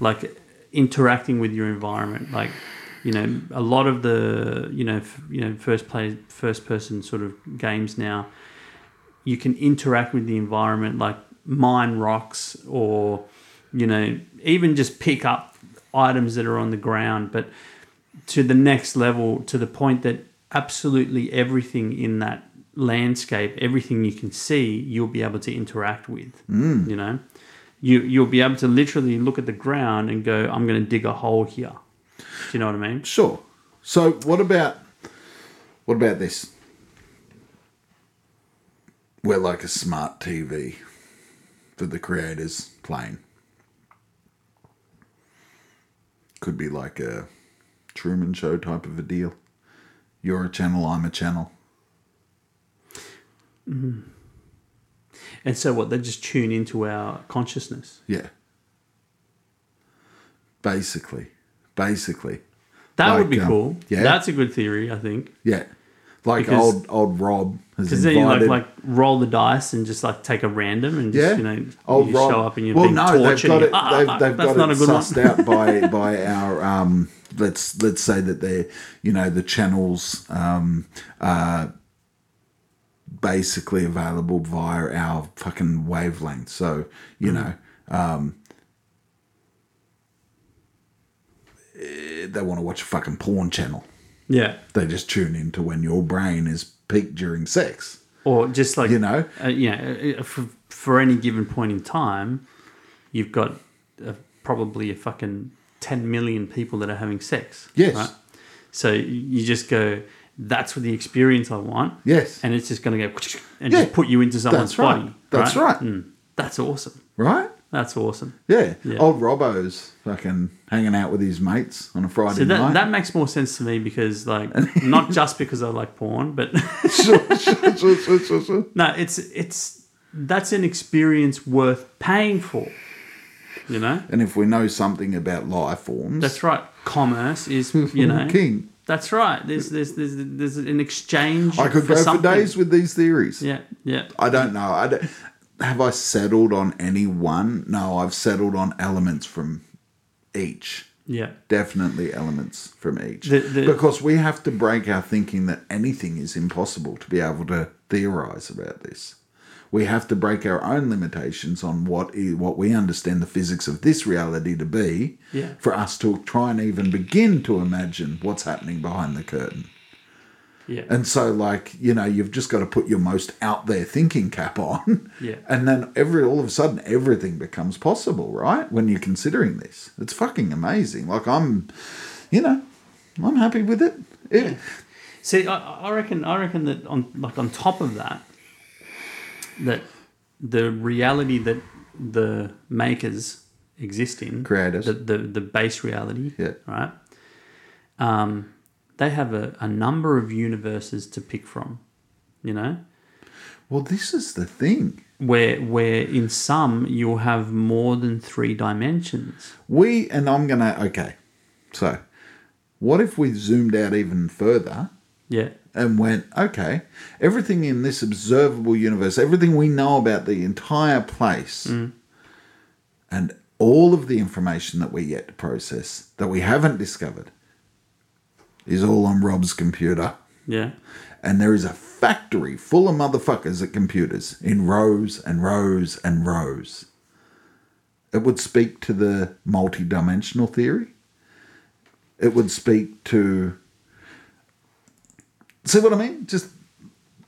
Speaker 2: like interacting with your environment. Like you know, a lot of the you know f- you know first play first person sort of games now, you can interact with the environment, like mine rocks or you know even just pick up items that are on the ground, but to the next level to the point that absolutely everything in that landscape everything you can see you'll be able to interact with
Speaker 1: Mm.
Speaker 2: you know you you'll be able to literally look at the ground and go i'm going to dig a hole here do you know what i mean
Speaker 1: Sure. So what about what about this? We're like a smart TV for the creators playing. Could be like a Truman Show type of a deal. You're a channel, I'm a channel.
Speaker 2: and so what they just tune into our consciousness
Speaker 1: Yeah. Basically. Basically.
Speaker 2: that
Speaker 1: Like,
Speaker 2: would be
Speaker 1: um,
Speaker 2: cool
Speaker 1: yeah.
Speaker 2: that's a good theory i think
Speaker 1: Yeah. Like
Speaker 2: Because-
Speaker 1: old old Rob has
Speaker 2: because then you like
Speaker 1: invited
Speaker 2: like roll the dice and just like take a random and just
Speaker 1: Yeah.
Speaker 2: you know
Speaker 1: Oh,
Speaker 2: you
Speaker 1: Rob.
Speaker 2: show up and you're
Speaker 1: well,
Speaker 2: being
Speaker 1: no, they've
Speaker 2: tortured.
Speaker 1: got
Speaker 2: you-
Speaker 1: it.
Speaker 2: ah,
Speaker 1: they've
Speaker 2: fuck,
Speaker 1: they've
Speaker 2: that's
Speaker 1: got
Speaker 2: not
Speaker 1: it
Speaker 2: a good
Speaker 1: sussed
Speaker 2: one.
Speaker 1: out by by our. Um, let's let's say that they're you know the channels um, uh, basically available via our fucking wavelength. So
Speaker 2: Mm.
Speaker 1: you know. Um, eh, they want to watch a fucking porn channel.
Speaker 2: Yeah,
Speaker 1: They just tune into when your brain is peaked during sex.
Speaker 2: or just like
Speaker 1: You know,
Speaker 2: uh, yeah, uh, for, for any given point in time, you've got uh probably a fucking 10 million people that are having sex.
Speaker 1: Yes.
Speaker 2: So you just go, that's what the experience I want.
Speaker 1: yes,
Speaker 2: And it's just going to go and
Speaker 1: Yeah.
Speaker 2: just put you into someone's
Speaker 1: That's right.
Speaker 2: body.
Speaker 1: That's right.
Speaker 2: Mm. That's awesome.
Speaker 1: right.
Speaker 2: That's awesome.
Speaker 1: Yeah.
Speaker 2: Yeah.
Speaker 1: Old Robbo's fucking hanging out with his mates on a Friday
Speaker 2: So that,
Speaker 1: night.
Speaker 2: that makes more sense to me because, like, not just because I like porn, but
Speaker 1: Sure, sure, sure, sure, sure, sure.
Speaker 2: no, it's, it's, that's an experience worth paying for, you know?
Speaker 1: And if we know something about life forms,
Speaker 2: That's right. Commerce is, you know.
Speaker 1: King.
Speaker 2: That's right. There's there's there's, there's an exchange.
Speaker 1: I could go
Speaker 2: something.
Speaker 1: for days with these theories.
Speaker 2: Yeah, yeah.
Speaker 1: I don't know. I don't- have I settled on any one? No, I've settled on elements from each.
Speaker 2: Yeah.
Speaker 1: Definitely elements from each.
Speaker 2: The- the-
Speaker 1: because we have to break our thinking that anything is impossible to be able to theorize about this. We have to break our own limitations on what i- what we understand the physics of this reality to be
Speaker 2: Yeah.
Speaker 1: for us to try and even begin to imagine what's happening behind the curtain.
Speaker 2: Yeah.
Speaker 1: And so, like, you know, you've just got to put your most out there thinking cap on.
Speaker 2: Yeah.
Speaker 1: And then every all of a sudden everything becomes possible, right? When you're considering this. It's fucking amazing. Like I'm you know, I'm happy with it. It-
Speaker 2: See, I, I reckon I reckon that on like on top of that, that the reality that the makers exist in,
Speaker 1: Creators.
Speaker 2: the the, the base reality,
Speaker 1: Yeah.
Speaker 2: right. Um, they have a, a number of universes to pick from, you know.
Speaker 1: Well, this is the thing.
Speaker 2: where where in some you'll have more than three dimensions.
Speaker 1: We and I'm gonna okay. So what if we zoomed out even further
Speaker 2: Yeah,
Speaker 1: and went, okay, everything in this observable universe, everything we know about the entire place, and all of the information that we're yet to process that we haven't discovered is all on Rob's computer.
Speaker 2: yeah,
Speaker 1: And there is a factory full of motherfuckers at computers in rows and rows and rows. It would speak to the multidimensional theory. It would speak to. See what I mean? Just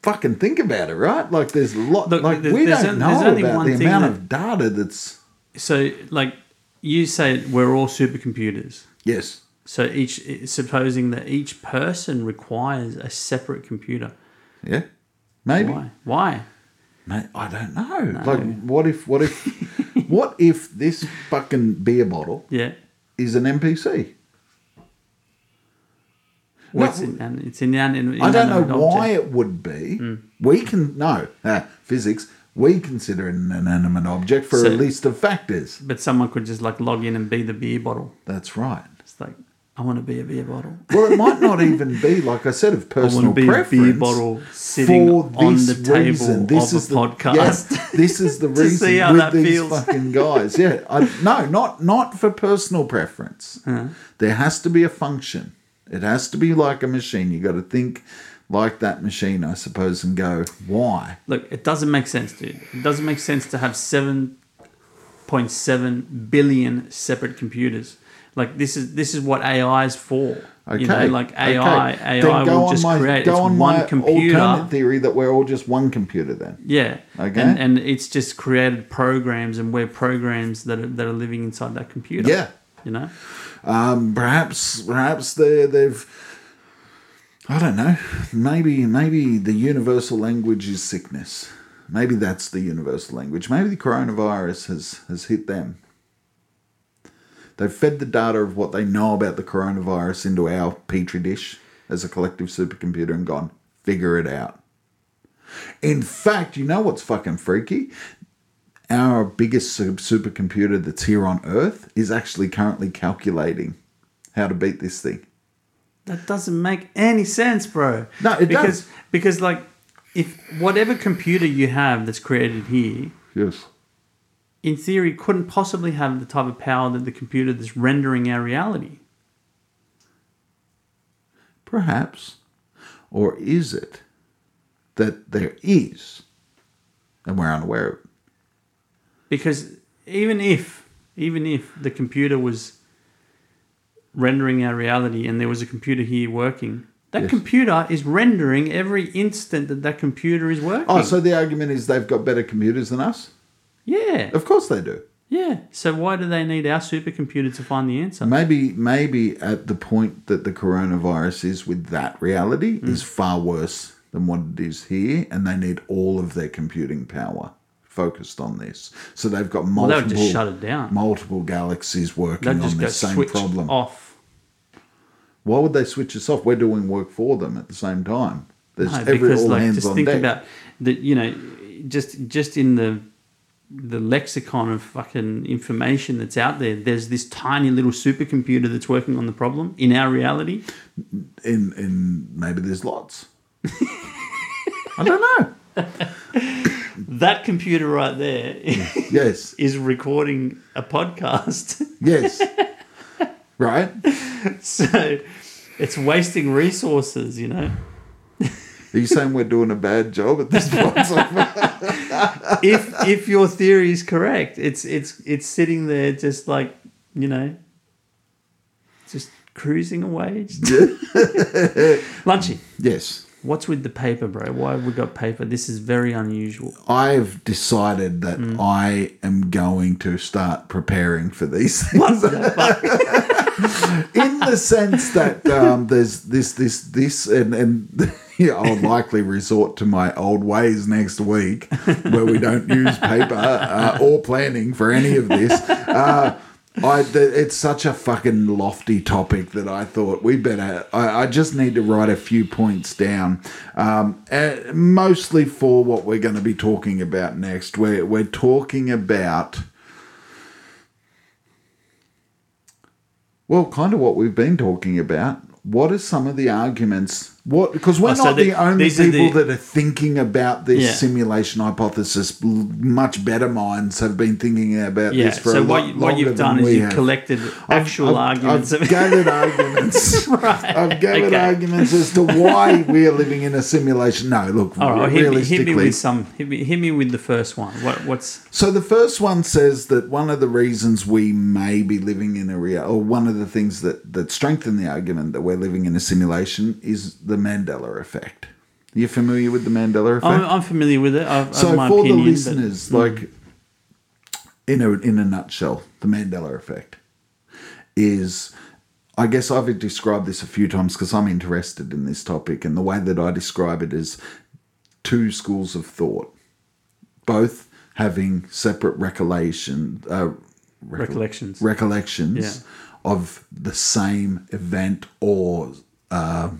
Speaker 1: fucking think about it, right? Like there's a lot.
Speaker 2: Look,
Speaker 1: like
Speaker 2: there-
Speaker 1: we
Speaker 2: there's
Speaker 1: don't
Speaker 2: on- there's
Speaker 1: know
Speaker 2: only
Speaker 1: about
Speaker 2: one
Speaker 1: the
Speaker 2: thing
Speaker 1: amount
Speaker 2: that-
Speaker 1: of data that's
Speaker 2: So like you say, we're all supercomputers.
Speaker 1: yes,
Speaker 2: So each supposing that each person requires a separate computer.
Speaker 1: yeah, maybe.
Speaker 2: Why? Why?
Speaker 1: Mate, I don't know. Like, what if, what if, what if this fucking beer bottle
Speaker 2: Yeah.
Speaker 1: is an NPC?
Speaker 2: What's
Speaker 1: No,
Speaker 2: it? And it's in the in,
Speaker 1: I don't know why it would be. We can no ah, physics. we consider it an inanimate object for a
Speaker 2: So-
Speaker 1: list of factors.
Speaker 2: But someone could just like log in and be the beer bottle.
Speaker 1: That's right.
Speaker 2: It's like I want to be a beer bottle.
Speaker 1: Well, it might not even be like I said of
Speaker 2: I want
Speaker 1: personal
Speaker 2: to be a
Speaker 1: preference.
Speaker 2: beer bottle sitting on the
Speaker 1: reason.
Speaker 2: table of a
Speaker 1: the,
Speaker 2: podcast.
Speaker 1: yes, this is the
Speaker 2: To
Speaker 1: reason
Speaker 2: see how
Speaker 1: with
Speaker 2: that
Speaker 1: these
Speaker 2: feels.
Speaker 1: fucking guys. Yeah, I, no, not not for personal preference. There has to be a function. It has to be like a machine. You got to think like that machine, I suppose, and go why?
Speaker 2: Look, it doesn't make sense, dude. It doesn't make sense to have 7.7 billion separate computers. Like this is this is what AI is for.
Speaker 1: Okay,
Speaker 2: You know, like
Speaker 1: okay.
Speaker 2: AI,
Speaker 1: Then
Speaker 2: AI
Speaker 1: go
Speaker 2: will
Speaker 1: on
Speaker 2: just
Speaker 1: my-
Speaker 2: create
Speaker 1: Go
Speaker 2: it's
Speaker 1: on
Speaker 2: one
Speaker 1: my alternate
Speaker 2: computer.
Speaker 1: theory that we're all just one computer. Then
Speaker 2: Yeah.
Speaker 1: Okay.
Speaker 2: And, and it's just created programs and we're programs that are, that are living inside that computer.
Speaker 1: Yeah.
Speaker 2: You know?
Speaker 1: Um, perhaps, perhaps they they've. I don't know. Maybe, maybe the universal language is sickness. Maybe that's the universal language. Maybe the coronavirus has has hit them. They've fed the data of what they know about the coronavirus into our petri dish as a collective supercomputer and gone figure it out. In fact, you know what's fucking freaky? our biggest su- supercomputer that's here on Earth is actually currently calculating how to beat this thing.
Speaker 2: That doesn't make any sense, bro.
Speaker 1: No, it
Speaker 2: because,
Speaker 1: does.
Speaker 2: Because like if whatever computer you have that's created here
Speaker 1: Yes.
Speaker 2: in theory, couldn't possibly have the type of power that the computer that's rendering our reality.
Speaker 1: Perhaps. Or is it that there is and we're unaware of it?
Speaker 2: Because even if, even if the computer was rendering our reality and there was a computer here working, that
Speaker 1: Yes.
Speaker 2: computer is rendering every instant that that computer is working.
Speaker 1: Oh, so the argument is they've got better computers than us?
Speaker 2: yeah,
Speaker 1: Of course they do.
Speaker 2: yeah. So why do they need our supercomputer to find the answer?
Speaker 1: Maybe maybe at the point that the coronavirus is with that reality
Speaker 2: Mm.
Speaker 1: is far worse than what it is here, and they need all of their computing power focused on this. So they've got multiple
Speaker 2: Well, they would just shut it down.
Speaker 1: multiple galaxies working
Speaker 2: They'd
Speaker 1: on
Speaker 2: just go
Speaker 1: this same
Speaker 2: switch
Speaker 1: problem.
Speaker 2: off.
Speaker 1: Why would they switch us off? We're doing work for them at the same time. There's
Speaker 2: No,
Speaker 1: every
Speaker 2: because
Speaker 1: all
Speaker 2: like
Speaker 1: hands
Speaker 2: just
Speaker 1: on
Speaker 2: think
Speaker 1: deck.
Speaker 2: about that you know just just in the the lexicon of fucking information that's out there there's this tiny little supercomputer that's working on the problem in our reality
Speaker 1: in in maybe there's lots. I don't know.
Speaker 2: that computer right there
Speaker 1: Yes.
Speaker 2: is recording a podcast
Speaker 1: Yes. right?
Speaker 2: so it's wasting resources you know
Speaker 1: Are you saying we're doing a bad job at this point? so far?
Speaker 2: if if your theory is correct it's it's it's sitting there just like you know just cruising away lunchy
Speaker 1: Yes.
Speaker 2: What's with the paper, bro? Why have we got paper? This is very unusual.
Speaker 1: I've decided that
Speaker 2: Mm.
Speaker 1: I am going to start preparing for these things.
Speaker 2: What the fuck?
Speaker 1: in the sense that um, there's this, this, this, and and yeah, I'll likely resort to my old ways next week, where we don't use paper uh, or planning for any of this. Uh, I, th- it's such a fucking lofty topic that I thought we better. I, I just need to write a few points down, um, uh, mostly for what we're going to be talking about next. We're we're talking about. Well, kind of what we've been talking about. What are some of the arguments? What because we're
Speaker 2: Oh, so
Speaker 1: not the,
Speaker 2: the-
Speaker 1: only
Speaker 2: these are the-
Speaker 1: people that are thinking about this
Speaker 2: Yeah.
Speaker 1: simulation hypothesis. L- Much better minds have been thinking about
Speaker 2: Yeah.
Speaker 1: this for a
Speaker 2: So
Speaker 1: lot
Speaker 2: what,
Speaker 1: longer
Speaker 2: what you've
Speaker 1: than
Speaker 2: done is
Speaker 1: we
Speaker 2: you've
Speaker 1: have.
Speaker 2: collected
Speaker 1: I've-
Speaker 2: actual
Speaker 1: I've-
Speaker 2: arguments.
Speaker 1: I've gathered arguments.
Speaker 2: Right.
Speaker 1: I've gathered
Speaker 2: Okay.
Speaker 1: arguments as to why we are living in a simulation. No, look,
Speaker 2: All right. well, hit, me, hit
Speaker 1: realistically,
Speaker 2: me with some. Hit me, hit me with the first one. What? What's?
Speaker 1: so the first one says that one of the reasons we may be living in a real, or one of the things that that strengthen the argument that we're living in a simulation is the Mandela effect. You're familiar with the Mandela effect?
Speaker 2: I'm, I'm familiar with it. I've,
Speaker 1: so
Speaker 2: I've my
Speaker 1: for
Speaker 2: opinion,
Speaker 1: the
Speaker 2: but- hmm.
Speaker 1: listeners, like in a in a nutshell, the Mandela effect is. I guess I've described this a few times because I'm interested in this topic, and the way that I describe it is two schools of thought, both having separate recollection, uh, recoll-
Speaker 2: Recollections.
Speaker 1: recollections of the same event or uh,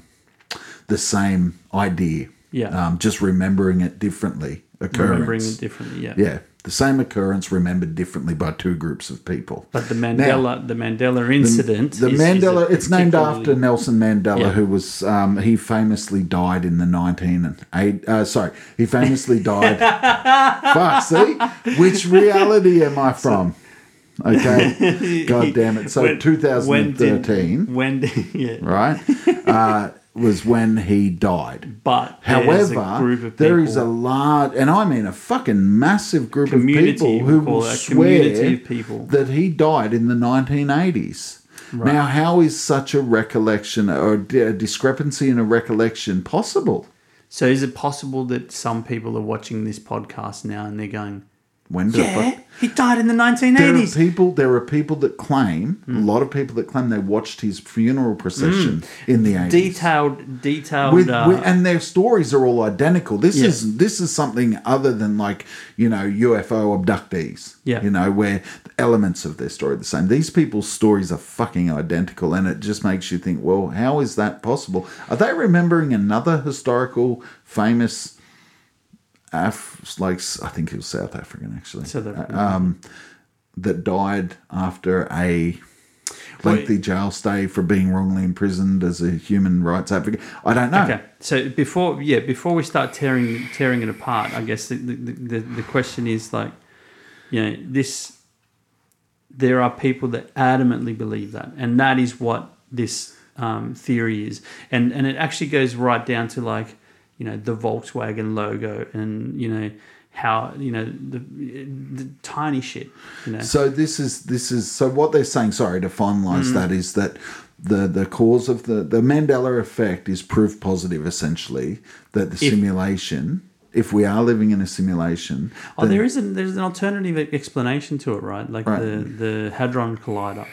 Speaker 1: the same idea.
Speaker 2: Yeah.
Speaker 1: Um, just remembering it differently occurrence.
Speaker 2: remembering it differently. Yeah.
Speaker 1: Yeah, the same occurrence remembered differently by two groups of people.
Speaker 2: But the Mandela, the Mandela incident.
Speaker 1: The
Speaker 2: is- is a
Speaker 1: Mandela, it's named after
Speaker 2: particularly-
Speaker 1: Nelson Mandela,
Speaker 2: Yeah.
Speaker 1: who was, um, he famously died in the 19, eight, uh, sorry, he famously died. Fuck, see? Which reality am I from? Okay. God damn it. So
Speaker 2: When-
Speaker 1: 2013,
Speaker 2: When did, when did yeah.
Speaker 1: right, uh, was when he died.
Speaker 2: But there's
Speaker 1: However,
Speaker 2: a group of
Speaker 1: there
Speaker 2: people,
Speaker 1: is a large, and I mean a fucking massive group
Speaker 2: Community,
Speaker 1: of people
Speaker 2: we
Speaker 1: who
Speaker 2: call
Speaker 1: will
Speaker 2: it, a
Speaker 1: swear
Speaker 2: community of people.
Speaker 1: that he died in the 1980s. Now, how is such a recollection or d- a discrepancy in a recollection possible?
Speaker 2: So is it possible that some people are watching this podcast now and they're going,
Speaker 1: When the
Speaker 2: "Yeah,
Speaker 1: fuck?
Speaker 2: he died in the
Speaker 1: There are
Speaker 2: 1980s."
Speaker 1: people. There are people that claim
Speaker 2: Hmm.
Speaker 1: a lot of people that claim they watched his funeral procession in the 80s.
Speaker 2: Hmm. Detailed, detailed.
Speaker 1: with,
Speaker 2: uh,
Speaker 1: with and their stories are all identical. This
Speaker 2: Yeah.
Speaker 1: is this is something other than like you know UFO abductees.
Speaker 2: Yeah.
Speaker 1: you know where the elements of their story are the same. These people's stories are fucking identical, and it just makes you think. Well, how is that possible? Are they remembering another historical famous? Af- like s- I think he was South African actually
Speaker 2: South African.
Speaker 1: um, that died after a lengthy jail stay for being wrongly imprisoned as a human rights advocate. I don't know.
Speaker 2: Okay. So before, yeah, before we start tearing tearing it apart, I guess the the, the, the question is like, you know, this. There are people that adamantly believe that, and that is what this um, theory is, and and it actually goes right down to like, you know, the Volkswagen logo, and you know how you know the, the tiny shit, you know.
Speaker 1: So this is this is so what they're saying. Sorry to
Speaker 2: Hmm.
Speaker 1: finalise that is that the the cause of the the Mandela effect is proof positive essentially that the simulation. If we are living in a simulation,
Speaker 2: Oh, there is an there's an alternative e- explanation to it, right? Like
Speaker 1: Right.
Speaker 2: the the hadron collider.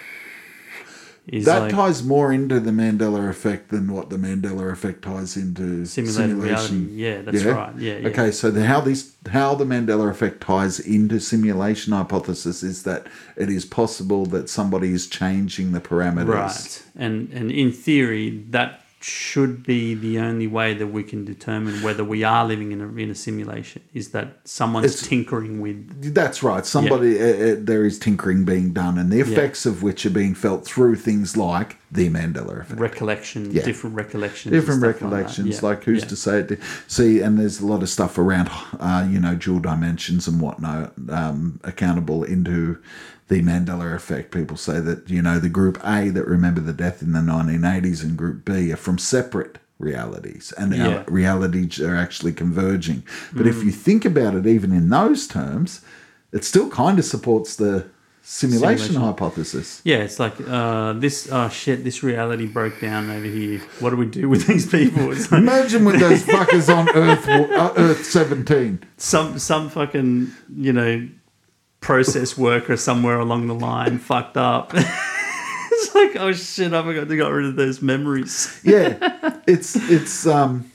Speaker 2: Is
Speaker 1: that
Speaker 2: like-
Speaker 1: ties more into the Mandela effect than what the Mandela effect ties into
Speaker 2: Simulated reality. Yeah, that's right. Yeah, yeah.
Speaker 1: Okay, so the, how this how the Mandela effect ties into simulation hypothesis is that it is possible that somebody is changing the parameters.
Speaker 2: Right. And and in theory, that should be the only way that we can determine whether we are living in a in a simulation is that someone's
Speaker 1: It's-
Speaker 2: tinkering with
Speaker 1: That's right. Somebody uh, uh, there is tinkering being done, and the effects of which are being felt through things like the Mandela effect.
Speaker 2: recollections, different recollections, and
Speaker 1: different
Speaker 2: stuff like that.
Speaker 1: recollections like,
Speaker 2: Yeah,
Speaker 1: who's
Speaker 2: yeah.
Speaker 1: to say it di- see and there's a lot of stuff around uh, you know dual dimensions and whatnot um, accountable into the mandela effect people say that you know the group a that remember the death in the 1980s and group b are from separate realities and
Speaker 2: Yeah. Mm.
Speaker 1: our realities are actually converging but if you think about it even in those terms it still kind of supports the simulation,
Speaker 2: Simulation.
Speaker 1: hypothesis
Speaker 2: Yeah, it's like uh, this. Oh shit! This reality broke down over here. What do we do with these people? It's like
Speaker 1: Imagine with those fuckers on Earth, uh, Earth 17.
Speaker 2: some some fucking you know process worker somewhere along the line fucked up. it's like oh shit! I forgot to get rid of those memories.
Speaker 1: yeah it's it's um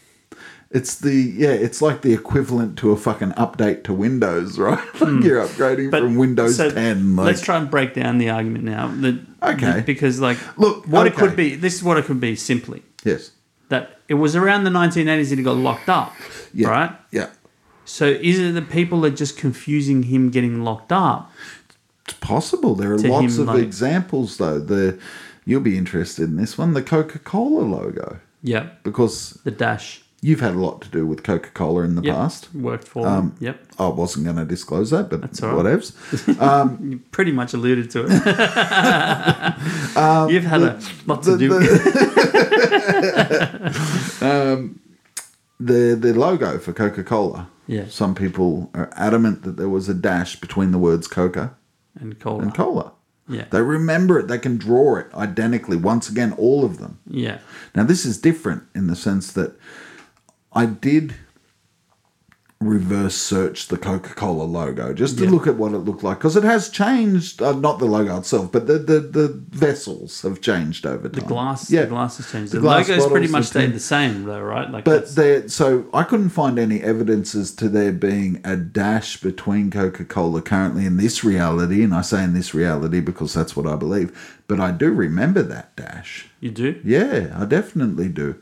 Speaker 1: it's the yeah it's like the equivalent to a fucking update to windows right like you're upgrading from windows
Speaker 2: Hmm. so
Speaker 1: 10 like
Speaker 2: let's try and break down the argument now. The-
Speaker 1: Okay.
Speaker 2: the- because like,
Speaker 1: Look,
Speaker 2: what it
Speaker 1: okay.
Speaker 2: could be. This is what it could be simply
Speaker 1: yes
Speaker 2: that it was around the 1980s that he got locked up,
Speaker 1: yeah
Speaker 2: right?
Speaker 1: yeah
Speaker 2: So is it that people are just confusing him getting locked up?
Speaker 1: it's possible there are
Speaker 2: To
Speaker 1: lots of
Speaker 2: him, like-
Speaker 1: examples though the you'll be interested in this one the coca-cola logo
Speaker 2: Yep.
Speaker 1: because
Speaker 2: The dash
Speaker 1: you've had a lot to do with coca-cola in the
Speaker 2: Yep.
Speaker 1: past
Speaker 2: worked for
Speaker 1: Um,
Speaker 2: him. Yep.
Speaker 1: i wasn't going to disclose that but
Speaker 2: all right.
Speaker 1: whatevs
Speaker 2: You pretty much alluded to it. You've had a, lots to
Speaker 1: Um, the-
Speaker 2: do.
Speaker 1: Um, the the logo for Coca Cola.
Speaker 2: Yeah.
Speaker 1: Some people are adamant that there was a dash between the words Coca
Speaker 2: and cola.
Speaker 1: and Cola.
Speaker 2: Yeah.
Speaker 1: They remember it. They can draw it identically. Once again, all of them.
Speaker 2: yeah.
Speaker 1: Now this is different in the sense that I did reverse search the Coca Cola logo just to
Speaker 2: Yeah.
Speaker 1: look at what it looked like because it has changed. Uh, not the logo itself, but the, the the vessels have changed over time.
Speaker 2: The glass,
Speaker 1: yeah.
Speaker 2: the glass has changed.
Speaker 1: The
Speaker 2: The,
Speaker 1: glass
Speaker 2: logo's pretty
Speaker 1: bottles,
Speaker 2: much
Speaker 1: the
Speaker 2: stayed
Speaker 1: tin-
Speaker 2: the same, though, right? Like,
Speaker 1: But
Speaker 2: that's-
Speaker 1: there, so I couldn't find any evidence as to there being a dash between Coca Cola currently in this reality, and I say in this reality because that's what I believe. But I do remember that dash.
Speaker 2: you do.
Speaker 1: Yeah, I definitely
Speaker 2: Mm.
Speaker 1: do.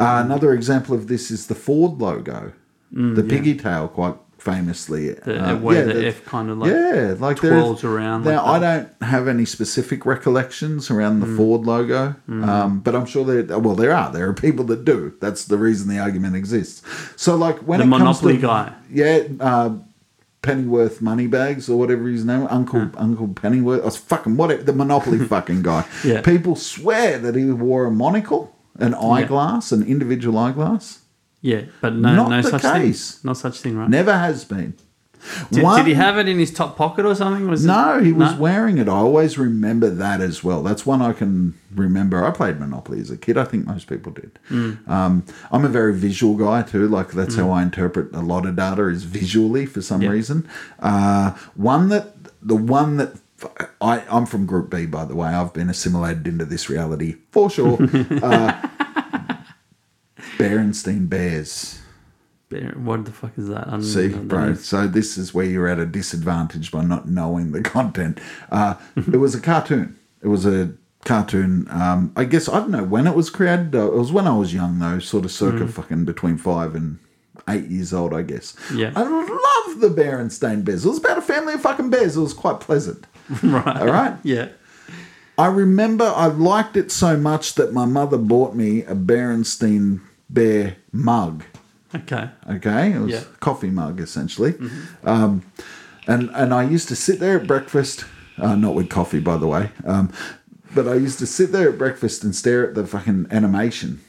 Speaker 1: Uh, another example of this is the Ford logo, the piggy tail, quite famously
Speaker 2: The
Speaker 1: uh,
Speaker 2: way
Speaker 1: yeah,
Speaker 2: the,
Speaker 1: the-
Speaker 2: F kind of like
Speaker 1: yeah, like there is-
Speaker 2: twirls around.
Speaker 1: Now
Speaker 2: like Mm.
Speaker 1: I don't have any specific recollections around the Ford logo, um, but I'm sure there. Well, there are. There are people that do. That's the reason the argument exists. So, like when
Speaker 2: The
Speaker 1: it comes
Speaker 2: Monopoly
Speaker 1: to-
Speaker 2: guy.
Speaker 1: yeah, uh, Pennyworth Moneybags or whatever his name, Uncle Uncle Pennyworth, or fucking whatever, the Monopoly fucking guy.
Speaker 2: Yeah.
Speaker 1: People swear that he wore a monocle, an eyeglass, an individual eyeglass.
Speaker 2: Yeah, but no,
Speaker 1: Not
Speaker 2: no
Speaker 1: the
Speaker 2: such
Speaker 1: case.
Speaker 2: thing. No such thing, right?
Speaker 1: Never has been.
Speaker 2: Did,
Speaker 1: One-
Speaker 2: did he have it in his top pocket or something? Was it-
Speaker 1: No, he was
Speaker 2: No?
Speaker 1: wearing it. I always remember that as well. That's one I can remember. I played Monopoly as a kid. I think most people did.
Speaker 2: Hmm.
Speaker 1: Um, I'm a very visual guy too. Like that's how I interpret a lot of data is visually for some
Speaker 2: Yeah.
Speaker 1: reason. Uh, one that the one that I, I'm from Group B, by the way. I've been assimilated into this reality for sure. uh, Berenstain Bears.
Speaker 2: Bear- What the fuck is that? I don't
Speaker 1: See,
Speaker 2: know what that
Speaker 1: bro.
Speaker 2: is.
Speaker 1: So this is where you're at a disadvantage by not knowing the content. Uh, it was a cartoon. It was a cartoon. Um, I guess I don't know when it was created. Uh, It was when I was young, though, sort of circa
Speaker 2: Mm.
Speaker 1: fucking between five and eight years old, I guess.
Speaker 2: Yeah.
Speaker 1: I love the Berenstain Bears. It was about a family of fucking bears. It was quite pleasant.
Speaker 2: right.
Speaker 1: All right.
Speaker 2: Yeah.
Speaker 1: I remember I liked it so much that my mother bought me a Berenstain Bear mug.
Speaker 2: Okay.
Speaker 1: Okay, it was
Speaker 2: Yeah.
Speaker 1: a coffee mug essentially, um, and and I used to sit there at breakfast, uh, not with coffee by the way, um, but I used to sit there at breakfast and stare at the fucking animation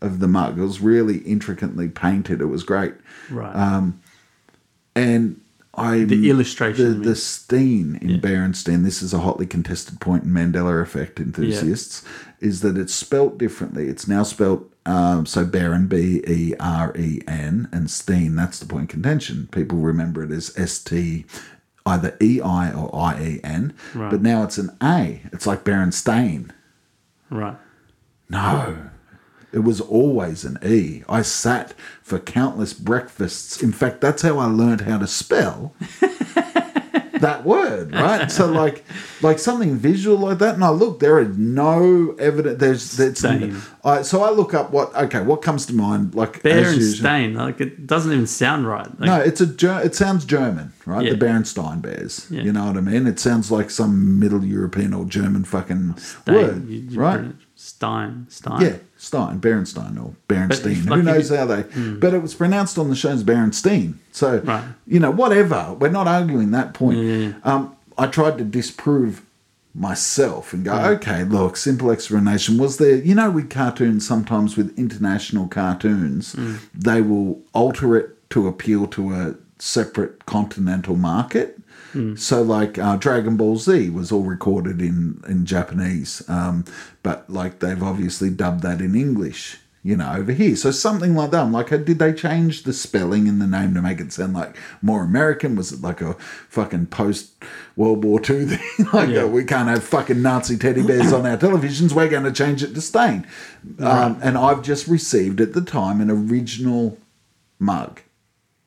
Speaker 1: of the mug. It was really intricately painted. It was great,
Speaker 2: Right.
Speaker 1: Um, and I
Speaker 2: The illustration, I
Speaker 1: the,
Speaker 2: mean.
Speaker 1: the steen in Berenstain. This is a hotly contested point in Mandela effect enthusiasts. Is that it's spelt differently? It's now spelt um, so Baron B E R E N and Steen. That's the point of contention. People remember it as S T. Either E I or I E N,
Speaker 2: Right.
Speaker 1: but now it's an A. It's like Berenstain.
Speaker 2: right.
Speaker 1: No. It was always an E. I sat for countless breakfasts. In fact, that's how I learned how to spell that word, right? So like like something visual like that. And I look, there is no evidence there's that's
Speaker 2: Stain.
Speaker 1: I, so I look up what okay, what comes to mind like
Speaker 2: Bear
Speaker 1: as
Speaker 2: and
Speaker 1: usual.
Speaker 2: stain. Like it doesn't even sound right. Like,
Speaker 1: No, it's a Ger- it sounds German, right?
Speaker 2: Yeah.
Speaker 1: The Berenstain Bears.
Speaker 2: Yeah.
Speaker 1: You know what I mean? It sounds like some Middle European or German fucking
Speaker 2: Stein.
Speaker 1: word,
Speaker 2: You- you
Speaker 1: right?
Speaker 2: pronounce- Stein. Stein.
Speaker 1: Yeah, Stein, Berenstein or Berenstein.
Speaker 2: if,
Speaker 1: Who
Speaker 2: like,
Speaker 1: knows
Speaker 2: if-
Speaker 1: how they. But it was pronounced on the show as Berenstein. So,
Speaker 2: Right.
Speaker 1: you know, whatever. We're not arguing that point.
Speaker 2: Yeah, yeah,
Speaker 1: Um, I tried to disprove myself and go,
Speaker 2: Mm.
Speaker 1: okay, look, simple explanation. Was there, you know, with cartoons, sometimes with international cartoons,
Speaker 2: Mm.
Speaker 1: they will alter it to appeal to a separate continental market. So, like uh, Dragon Ball Z was all recorded in in Japanese, um, but like they've obviously dubbed that in English, you know, over here. So something like that. I'm like, uh, did they change the spelling and the name to make it sound like more American? Was it like a fucking post World War II thing? like,
Speaker 2: Yeah.
Speaker 1: uh, we can't have fucking Nazi teddy bears on our televisions. We're going to change it to Stain. Um, and I've just received at the time an original mug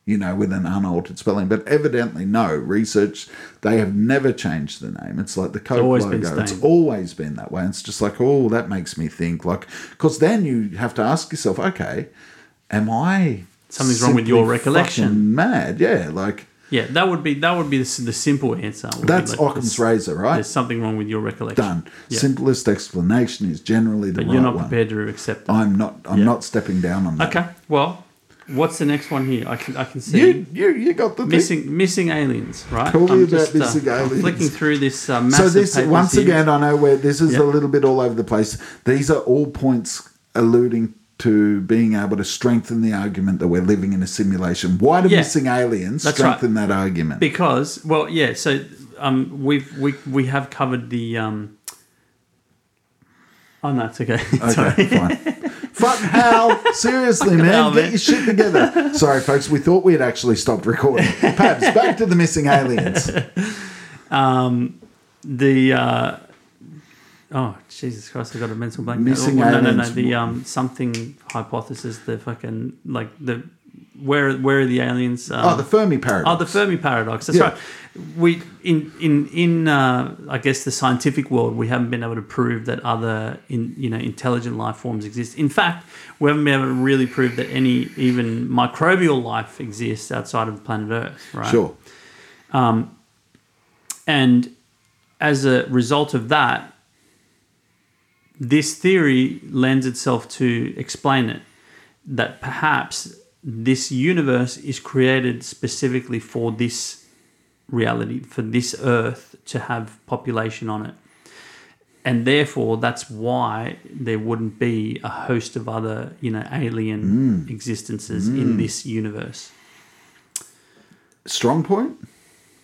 Speaker 1: you know, with an unaltered spelling. But evidently, no research. They have never changed the name. It's like the Coke
Speaker 2: always
Speaker 1: logo.
Speaker 2: been
Speaker 1: it's
Speaker 2: Stain.
Speaker 1: always been that way. It's just like, oh, that makes me think. Like, because then you have to ask yourself, okay, am I
Speaker 2: Something's wrong with your
Speaker 1: simply
Speaker 2: recollection.
Speaker 1: fucking Mad, yeah. Like
Speaker 2: Yeah, That would be that would be the, s- the simple answer. would be
Speaker 1: that's
Speaker 2: like,
Speaker 1: Occam's
Speaker 2: there's-
Speaker 1: razor, right?
Speaker 2: There's something wrong with your recollection.
Speaker 1: Done.
Speaker 2: Yeah.
Speaker 1: Simplest explanation is generally the
Speaker 2: But
Speaker 1: right
Speaker 2: you're not
Speaker 1: one. Oh.
Speaker 2: prepared to accept that.
Speaker 1: I'm not. I'm
Speaker 2: Yeah.
Speaker 1: not stepping down on that.
Speaker 2: Okay. Well, what's the next one here? I can I can see
Speaker 1: You, you, you got the thing.
Speaker 2: missing missing aliens. Right.
Speaker 1: Tell me
Speaker 2: I'm uh,
Speaker 1: about missing
Speaker 2: I'm
Speaker 1: aliens.
Speaker 2: Flicking through this uh, massive
Speaker 1: so this
Speaker 2: papers
Speaker 1: once
Speaker 2: here.
Speaker 1: again i know where this is
Speaker 2: Yeah.
Speaker 1: a little bit all over the place these are all points alluding to being able to strengthen the argument that we're living in a simulation why do
Speaker 2: Yeah.
Speaker 1: missing aliens
Speaker 2: That's
Speaker 1: strengthen that argument
Speaker 2: because well yeah so um we've we we have covered the um oh no it's okay
Speaker 1: okay fine Fuck hell! Seriously, man,
Speaker 2: hell,
Speaker 1: get
Speaker 2: man.
Speaker 1: your shit together. Sorry, folks, we thought we had actually stopped recording. Perhaps back to the missing aliens.
Speaker 2: Um, the uh oh jesus christ i got a mental blank Oh,
Speaker 1: Missing
Speaker 2: no, no no no
Speaker 1: aliens.
Speaker 2: the um something hypothesis the fucking like the where where are the aliens? Um,
Speaker 1: Oh, the Fermi paradox.
Speaker 2: Oh, the Fermi paradox. That's
Speaker 1: Yeah.
Speaker 2: right. We in in in uh, I guess the scientific world, we haven't been able to prove that other in you know intelligent life forms exist. In fact, we haven't been able to really prove that any even microbial life exists outside of planet Earth. Right.
Speaker 1: Sure.
Speaker 2: And as a result of that, this theory lends itself to explain it that perhaps this universe is created specifically for this reality, for this earth to have population on it. And therefore, that's why there wouldn't be a host of other, you know, alien existences in this universe.
Speaker 1: Strong point?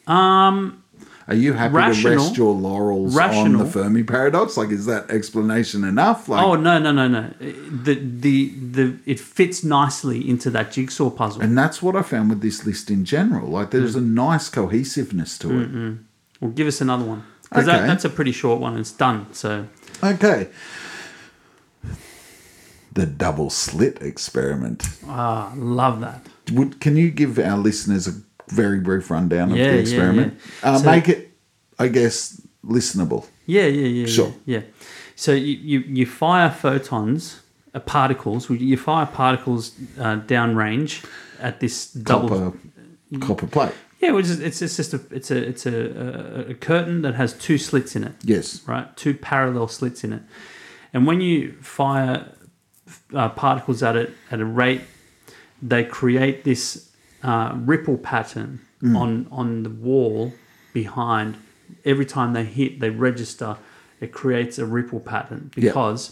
Speaker 1: Um, Are you happy
Speaker 2: Um, rational-
Speaker 1: to rest your laurels on
Speaker 2: rational-
Speaker 1: the Fermi paradox? Like, is that explanation enough? Like,
Speaker 2: Oh no no no no! The the the it fits nicely into that jigsaw puzzle.
Speaker 1: And that's what I found with this list in general. Like, there's a nice cohesiveness to it.
Speaker 2: Well, give us another one because that,
Speaker 1: Okay.
Speaker 2: that's a pretty short one. It's done. So
Speaker 1: Okay. The double slit experiment.
Speaker 2: ah, love that.
Speaker 1: Would, can you give our listeners a very brief rundown of
Speaker 2: Yeah,
Speaker 1: the
Speaker 2: yeah,
Speaker 1: experiment?
Speaker 2: yeah.
Speaker 1: Uh,
Speaker 2: So-
Speaker 1: make it, I guess, listenable.
Speaker 2: Yeah yeah yeah
Speaker 1: Sure.
Speaker 2: yeah. yeah. So you, you you fire photons, uh, particles. You fire particles uh, downrange at this double
Speaker 1: Copper, copper plate.
Speaker 2: Yeah, which is it's, it's just a it's a it's a, a, a curtain that has two slits in it.
Speaker 1: Yes.
Speaker 2: right? Two parallel slits in it, and when you fire uh, particles at it at a rate, they create this uh, ripple pattern
Speaker 1: Mm.
Speaker 2: on on the wall behind. Every time they hit, they register. It creates a ripple pattern
Speaker 1: Yeah.
Speaker 2: because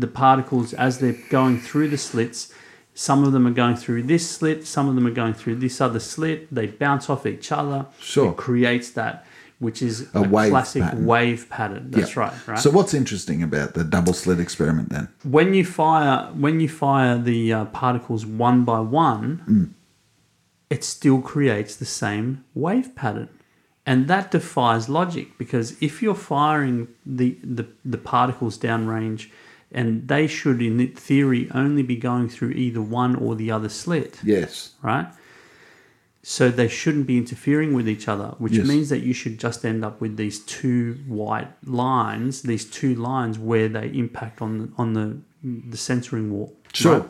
Speaker 2: the particles, as they're going through the slits, some of them are going through this slit, some of them are going through this other slit. They bounce off each other.
Speaker 1: Sure.
Speaker 2: It creates that, which is
Speaker 1: A wave
Speaker 2: classic
Speaker 1: pattern.
Speaker 2: wave pattern. That's
Speaker 1: Yeah.
Speaker 2: right. Right.
Speaker 1: So,
Speaker 2: So
Speaker 1: what's interesting about the double slit experiment then?
Speaker 2: when you fire when you fire the uh, particles one by one,
Speaker 1: Mm.
Speaker 2: it still creates the same wave pattern, and that defies logic because if you're firing the the, the particles downrange. And they should, in theory, only be going through either one or the other slit
Speaker 1: Yes.
Speaker 2: right? So they shouldn't be interfering with each other, which
Speaker 1: Yes.
Speaker 2: means that you should just end up with these two white lines, these two lines where they impact on the, on the the centering wall.
Speaker 1: Sure.
Speaker 2: right?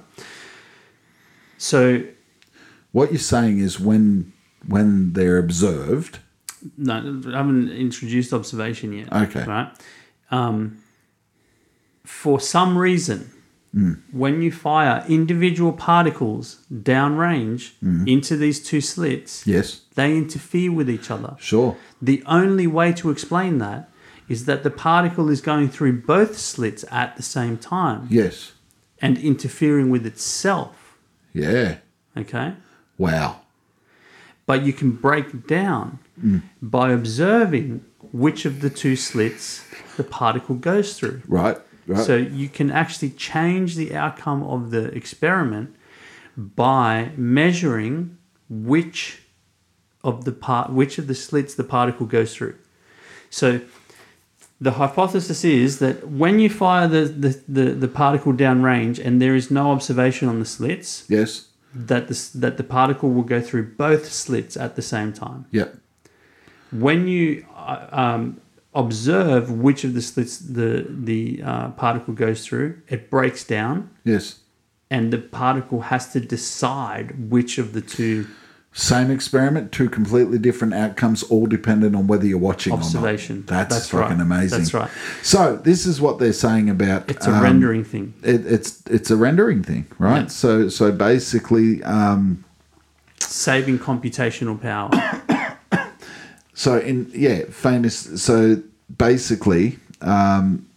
Speaker 2: So
Speaker 1: What you're saying is when when they're observed,
Speaker 2: no, I haven't introduced observation yet.
Speaker 1: Okay.
Speaker 2: right? Um, for some reason,
Speaker 1: Hmm.
Speaker 2: when you fire individual particles downrange
Speaker 1: Hmm.
Speaker 2: into these two slits,
Speaker 1: yes,
Speaker 2: they interfere with each other.
Speaker 1: sure,
Speaker 2: The only way to explain that is that the particle is going through both slits at the same time
Speaker 1: yes,
Speaker 2: and interfering with itself.
Speaker 1: yeah,
Speaker 2: Okay?
Speaker 1: wow,
Speaker 2: But you can break it down by observing which of the two slits the particle goes through.
Speaker 1: right, right,
Speaker 2: So you can actually change the outcome of the experiment by measuring which of the part which of the slits the particle goes through. So the hypothesis is that when you fire the, the, the, the particle downrange and there is no observation on the slits,
Speaker 1: yes,
Speaker 2: that the, s- that the particle will go through both slits at the same time
Speaker 1: yeah,
Speaker 2: when you uh, um, observe which of the slits the the uh, particle goes through, it breaks down,
Speaker 1: yes.
Speaker 2: and the particle has to decide which of the two
Speaker 1: Same experiment, two completely different outcomes, all dependent on whether you're watching or
Speaker 2: observation.
Speaker 1: not. Oh, That's,
Speaker 2: right.
Speaker 1: fucking amazing.
Speaker 2: That's right.
Speaker 1: So this is what they're saying about
Speaker 2: It's a
Speaker 1: um,
Speaker 2: rendering thing.
Speaker 1: It, it's it's a rendering thing, right?
Speaker 2: Yeah.
Speaker 1: So so basically, um,
Speaker 2: Saving computational power.
Speaker 1: So in yeah, famous. So basically, um,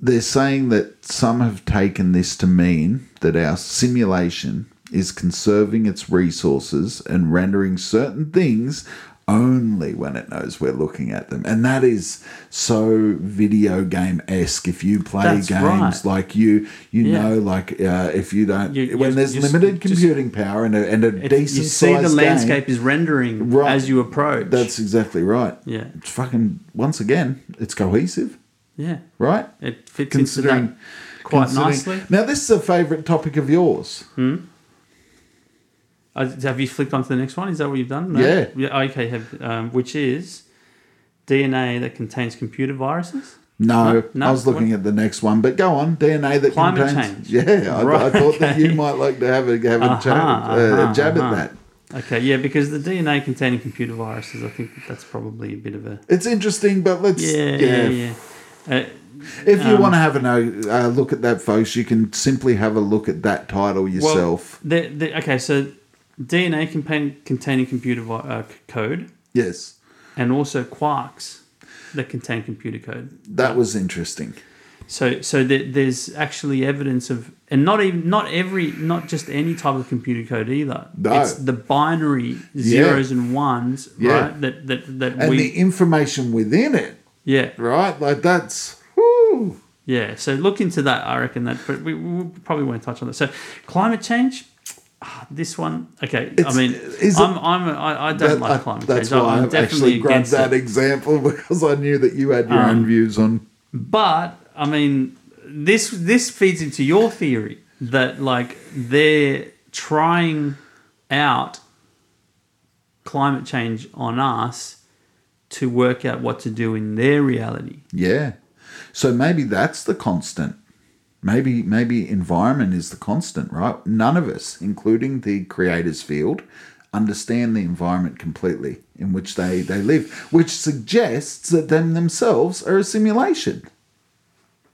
Speaker 1: they're saying that some have taken this to mean that our simulation is conserving its resources and rendering certain things only when it knows we're looking at them, and that is so video game esque. If you play
Speaker 2: That's
Speaker 1: games
Speaker 2: right.
Speaker 1: like you, you
Speaker 2: Yeah.
Speaker 1: know, like uh, if you don't,
Speaker 2: You-
Speaker 1: when
Speaker 2: you-
Speaker 1: there's
Speaker 2: you s-
Speaker 1: limited
Speaker 2: just-
Speaker 1: computing power and a, and a
Speaker 2: It-
Speaker 1: decent
Speaker 2: you see the
Speaker 1: sized game-
Speaker 2: landscape is rendering
Speaker 1: Right.
Speaker 2: as you approach.
Speaker 1: that's exactly right.
Speaker 2: Yeah.
Speaker 1: It's fucking, once again, it's cohesive,
Speaker 2: yeah.
Speaker 1: right?
Speaker 2: It fits into
Speaker 1: Considering-
Speaker 2: that quite Hmm.
Speaker 1: Considering-
Speaker 2: nicely.
Speaker 1: Now, this is a favourite topic of yours.
Speaker 2: Uh, have you flicked on to the next one? Is that what you've done?
Speaker 1: Yeah.
Speaker 2: Okay. Have, um, which is DNA that contains computer viruses.
Speaker 1: No,
Speaker 2: No, no,
Speaker 1: I was looking at the next one, but go on. DNA that
Speaker 2: Climate
Speaker 1: contains.
Speaker 2: change.
Speaker 1: Yeah, I, I
Speaker 2: Right,
Speaker 1: thought that you
Speaker 2: okay.
Speaker 1: might like to have a have a,
Speaker 2: Uh-huh,
Speaker 1: jab, uh,
Speaker 2: uh-huh,
Speaker 1: a jab
Speaker 2: uh-huh.
Speaker 1: at that.
Speaker 2: Okay. Yeah, because the DNA containing computer viruses, I think that's probably a bit of a
Speaker 1: It's interesting, but let's
Speaker 2: yeah yeah yeah. Uh,
Speaker 1: If you
Speaker 2: Um,
Speaker 1: want to have a no- uh, look at that, folks, you can simply have a look at that title yourself.
Speaker 2: Well, the, the, okay, so DNA contain, containing computer vi- uh, c- code
Speaker 1: yes,
Speaker 2: and also quarks that contain computer code.
Speaker 1: that was interesting.
Speaker 2: So so there, there's actually evidence of and not even not every not just any type of computer code either.
Speaker 1: No.
Speaker 2: It's the binary zeros and ones,
Speaker 1: Yeah.
Speaker 2: right? That that that
Speaker 1: And
Speaker 2: we
Speaker 1: the information within it,
Speaker 2: yeah
Speaker 1: right? Like that's. Woo,
Speaker 2: yeah. So look into that. I reckon that, but we, we probably won't touch on that. So climate change. ah, This one, okay. I
Speaker 1: It's-
Speaker 2: mean,
Speaker 1: is it-
Speaker 2: I'm, I'm, I, I don't
Speaker 1: that-
Speaker 2: like
Speaker 1: I-
Speaker 2: climate
Speaker 1: that's
Speaker 2: change. I'm-
Speaker 1: why
Speaker 2: I'm
Speaker 1: I've actually
Speaker 2: definitely
Speaker 1: grabbed
Speaker 2: against
Speaker 1: that
Speaker 2: it. Um,
Speaker 1: example because I knew that you had your own views on.
Speaker 2: But I mean, this this feeds into your theory that like they're trying out climate change on us to work out what to do in their reality.
Speaker 1: Yeah, so maybe that's the constant. Maybe maybe environment is the constant, right? None of us, including the creators field, understand the environment completely in which they they live, which suggests that them themselves are a simulation.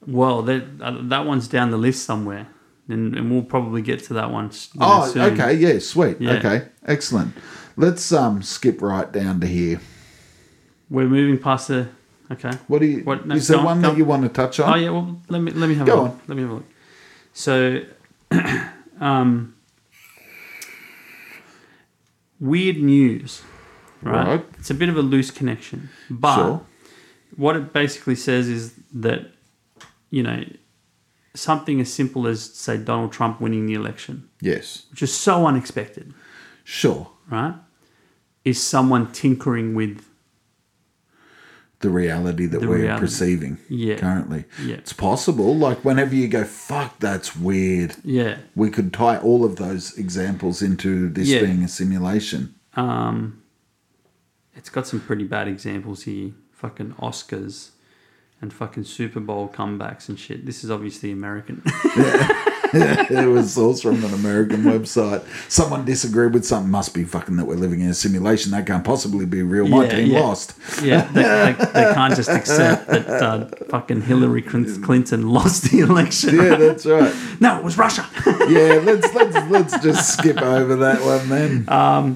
Speaker 2: Well, that uh, that one's down the list somewhere, and, and we'll probably get to that one. s- you know,
Speaker 1: Oh,
Speaker 2: soon.
Speaker 1: okay, yeah, sweet.
Speaker 2: Yeah.
Speaker 1: Okay, excellent. Let's um skip right down to here.
Speaker 2: We're moving past the. Okay.
Speaker 1: What do you?
Speaker 2: What- no,
Speaker 1: is there
Speaker 2: go on,
Speaker 1: one
Speaker 2: go
Speaker 1: that
Speaker 2: on.
Speaker 1: you want to touch on?
Speaker 2: Oh yeah, well let me let me have a
Speaker 1: Go
Speaker 2: look.
Speaker 1: on.
Speaker 2: Let me have a look. So, um, weird news, right?
Speaker 1: Right.
Speaker 2: It's a bit of a loose connection, but
Speaker 1: Sure.
Speaker 2: what it basically says is that you know something as simple as say Donald Trump winning the election,
Speaker 1: Yes,
Speaker 2: which is so unexpected,
Speaker 1: sure.
Speaker 2: right? Is someone tinkering with
Speaker 1: the reality that
Speaker 2: The
Speaker 1: we're
Speaker 2: reality.
Speaker 1: perceiving
Speaker 2: Yeah.
Speaker 1: currently.
Speaker 2: Yeah.
Speaker 1: It's possible. Like whenever you go, fuck, that's weird.
Speaker 2: yeah?
Speaker 1: We could tie all of those examples into this
Speaker 2: Yeah.
Speaker 1: being a simulation.
Speaker 2: Um, it's got some pretty bad examples here. Fucking Oscars and fucking Super Bowl comebacks and shit. This is obviously American.
Speaker 1: it was also from an American website. Someone disagreed with something. Must be fucking that we're living in a simulation. That can't possibly be real. My
Speaker 2: Yeah,
Speaker 1: team
Speaker 2: yeah.
Speaker 1: lost.
Speaker 2: yeah, they, they, they can't just accept that uh, fucking Hillary Clin- Clinton lost the election.
Speaker 1: Yeah, that's right.
Speaker 2: No, it was Russia.
Speaker 1: Yeah, let's let's let's just skip over that one then.
Speaker 2: Uh,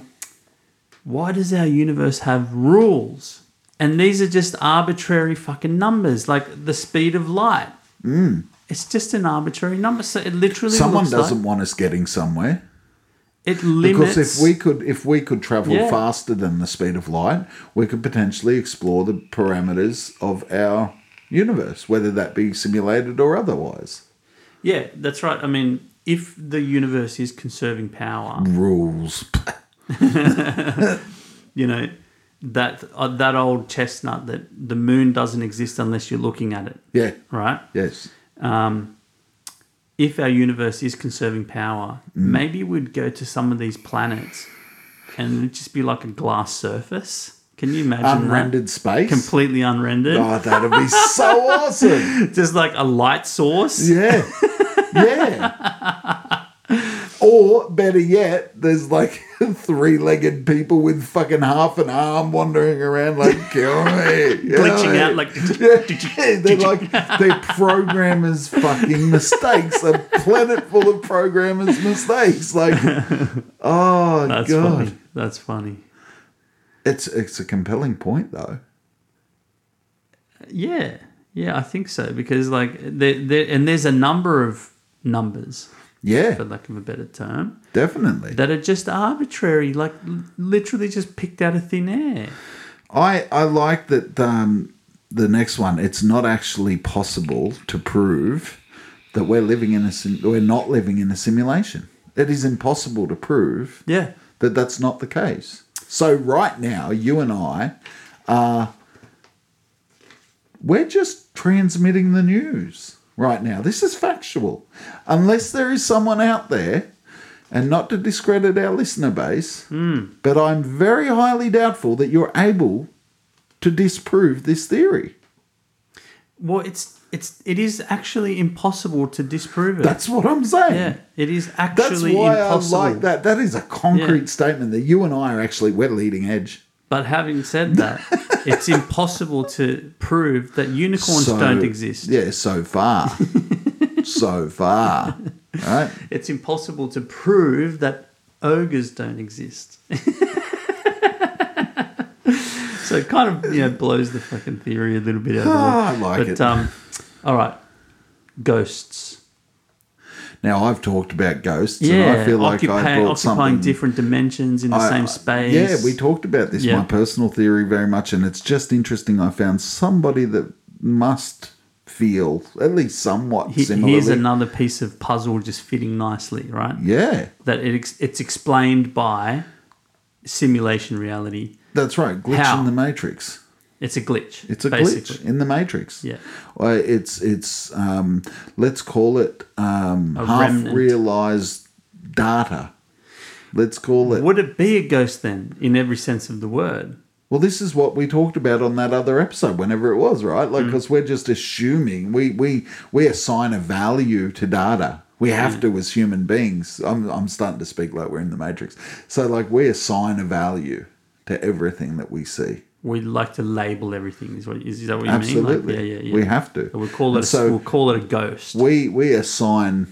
Speaker 2: Why does our universe have rules? And these are just arbitrary fucking numbers, like the speed of light. Mm. It's just an arbitrary number. So it literally
Speaker 1: Hmm. Someone
Speaker 2: looks like-
Speaker 1: doesn't want us getting somewhere.
Speaker 2: it limits.
Speaker 1: Because if we could if we could travel
Speaker 2: Yeah.
Speaker 1: faster than the speed of light, we could potentially explore the parameters of our universe, whether that be simulated or otherwise.
Speaker 2: Yeah, that's right. I mean, if the universe is conserving power,
Speaker 1: Rules.
Speaker 2: you know, that uh, that old chestnut that the moon doesn't exist unless you're looking at it,
Speaker 1: Yeah.
Speaker 2: right?
Speaker 1: Yes.
Speaker 2: Um, if our universe is conserving power,
Speaker 1: Mm.
Speaker 2: maybe we'd go to some of these planets and it'd just be like a glass surface. Can you imagine
Speaker 1: Unrendered
Speaker 2: that?
Speaker 1: space.
Speaker 2: Completely unrendered.
Speaker 1: oh, that'd be so awesome.
Speaker 2: Just like a light source.
Speaker 1: Yeah. Yeah. Or better yet, there's like three-legged people with fucking half an arm wandering around, like kill me, kill
Speaker 2: Glitching
Speaker 1: me."
Speaker 2: out like
Speaker 1: Yeah, they're like they're programmers' fucking mistakes. A planet full of programmers' mistakes. Like, oh
Speaker 2: that's
Speaker 1: god,
Speaker 2: funny. That's funny.
Speaker 1: it's it's a compelling point though.
Speaker 2: Yeah, yeah, I think so because like there, there and there's a number of numbers, for
Speaker 1: Yeah,
Speaker 2: lack of a better term,
Speaker 1: definitely.
Speaker 2: that are just arbitrary, like l- literally just picked out of thin air.
Speaker 1: I I like that. Um, the next one, it's not actually possible to prove that we're living in a sim- we're not living in a simulation. It is impossible to prove
Speaker 2: Yeah,
Speaker 1: that that's not the case. So right now, you and I are we're just transmitting the news right now. This is factual. Unless there is someone out there and not to discredit our listener base,
Speaker 2: Hmm.
Speaker 1: but I'm very highly doubtful that you're able to disprove this theory.
Speaker 2: Well, it's it's it is actually impossible to disprove it.
Speaker 1: That's what I'm saying.
Speaker 2: yeah, it is
Speaker 1: That's
Speaker 2: actually
Speaker 1: why
Speaker 2: impossible.
Speaker 1: I like that. That is a concrete
Speaker 2: Yeah.
Speaker 1: statement that you and I are actually we're leading edge.
Speaker 2: But having said that, it's impossible to prove that unicorns
Speaker 1: So-
Speaker 2: don't exist.
Speaker 1: Yeah, so far. so far. Right?
Speaker 2: It's impossible to prove that ogres don't exist. so it kind of you know blows the fucking theory a little bit out of the
Speaker 1: Ah,
Speaker 2: water.
Speaker 1: I like
Speaker 2: but,
Speaker 1: it.
Speaker 2: um, all right, ghosts.
Speaker 1: Now I've talked about ghosts and
Speaker 2: Yeah,
Speaker 1: I feel like
Speaker 2: occupa-
Speaker 1: I brought
Speaker 2: occupying
Speaker 1: something
Speaker 2: different dimensions in the
Speaker 1: I- I-
Speaker 2: same space.
Speaker 1: Yeah, we talked about this,
Speaker 2: Yeah.
Speaker 1: my personal theory, very much, and it's just interesting. I found somebody that must feel at least somewhat
Speaker 2: He-
Speaker 1: similarly.
Speaker 2: Here's another piece of puzzle just fitting nicely, right?
Speaker 1: yeah,
Speaker 2: That it ex- it's explained by simulation reality.
Speaker 1: that's right. Glitch
Speaker 2: How?
Speaker 1: in the matrix.
Speaker 2: It's a glitch.
Speaker 1: It's a glitch in the matrix.
Speaker 2: Yeah.
Speaker 1: Uh, it's it's um, let's call it um,
Speaker 2: A
Speaker 1: half
Speaker 2: remnant.
Speaker 1: realized data. Let's call it.
Speaker 2: Would it be a ghost then, in every sense of the word?
Speaker 1: Well, this is what we talked about on that other episode, whenever it was, right?
Speaker 2: Mm.
Speaker 1: Like, because we're just assuming we we we assign a value to data. We have
Speaker 2: Mm.
Speaker 1: to as human beings. I'm I'm starting to speak like we're in the matrix. So, like, we assign a value to everything that we see.
Speaker 2: We like to label everything. Is what is, is that what you
Speaker 1: Absolutely,
Speaker 2: mean? Like, yeah, yeah, yeah.
Speaker 1: we have to.
Speaker 2: We'll call it.
Speaker 1: And
Speaker 2: A,
Speaker 1: so
Speaker 2: we'll call it a ghost.
Speaker 1: we we assign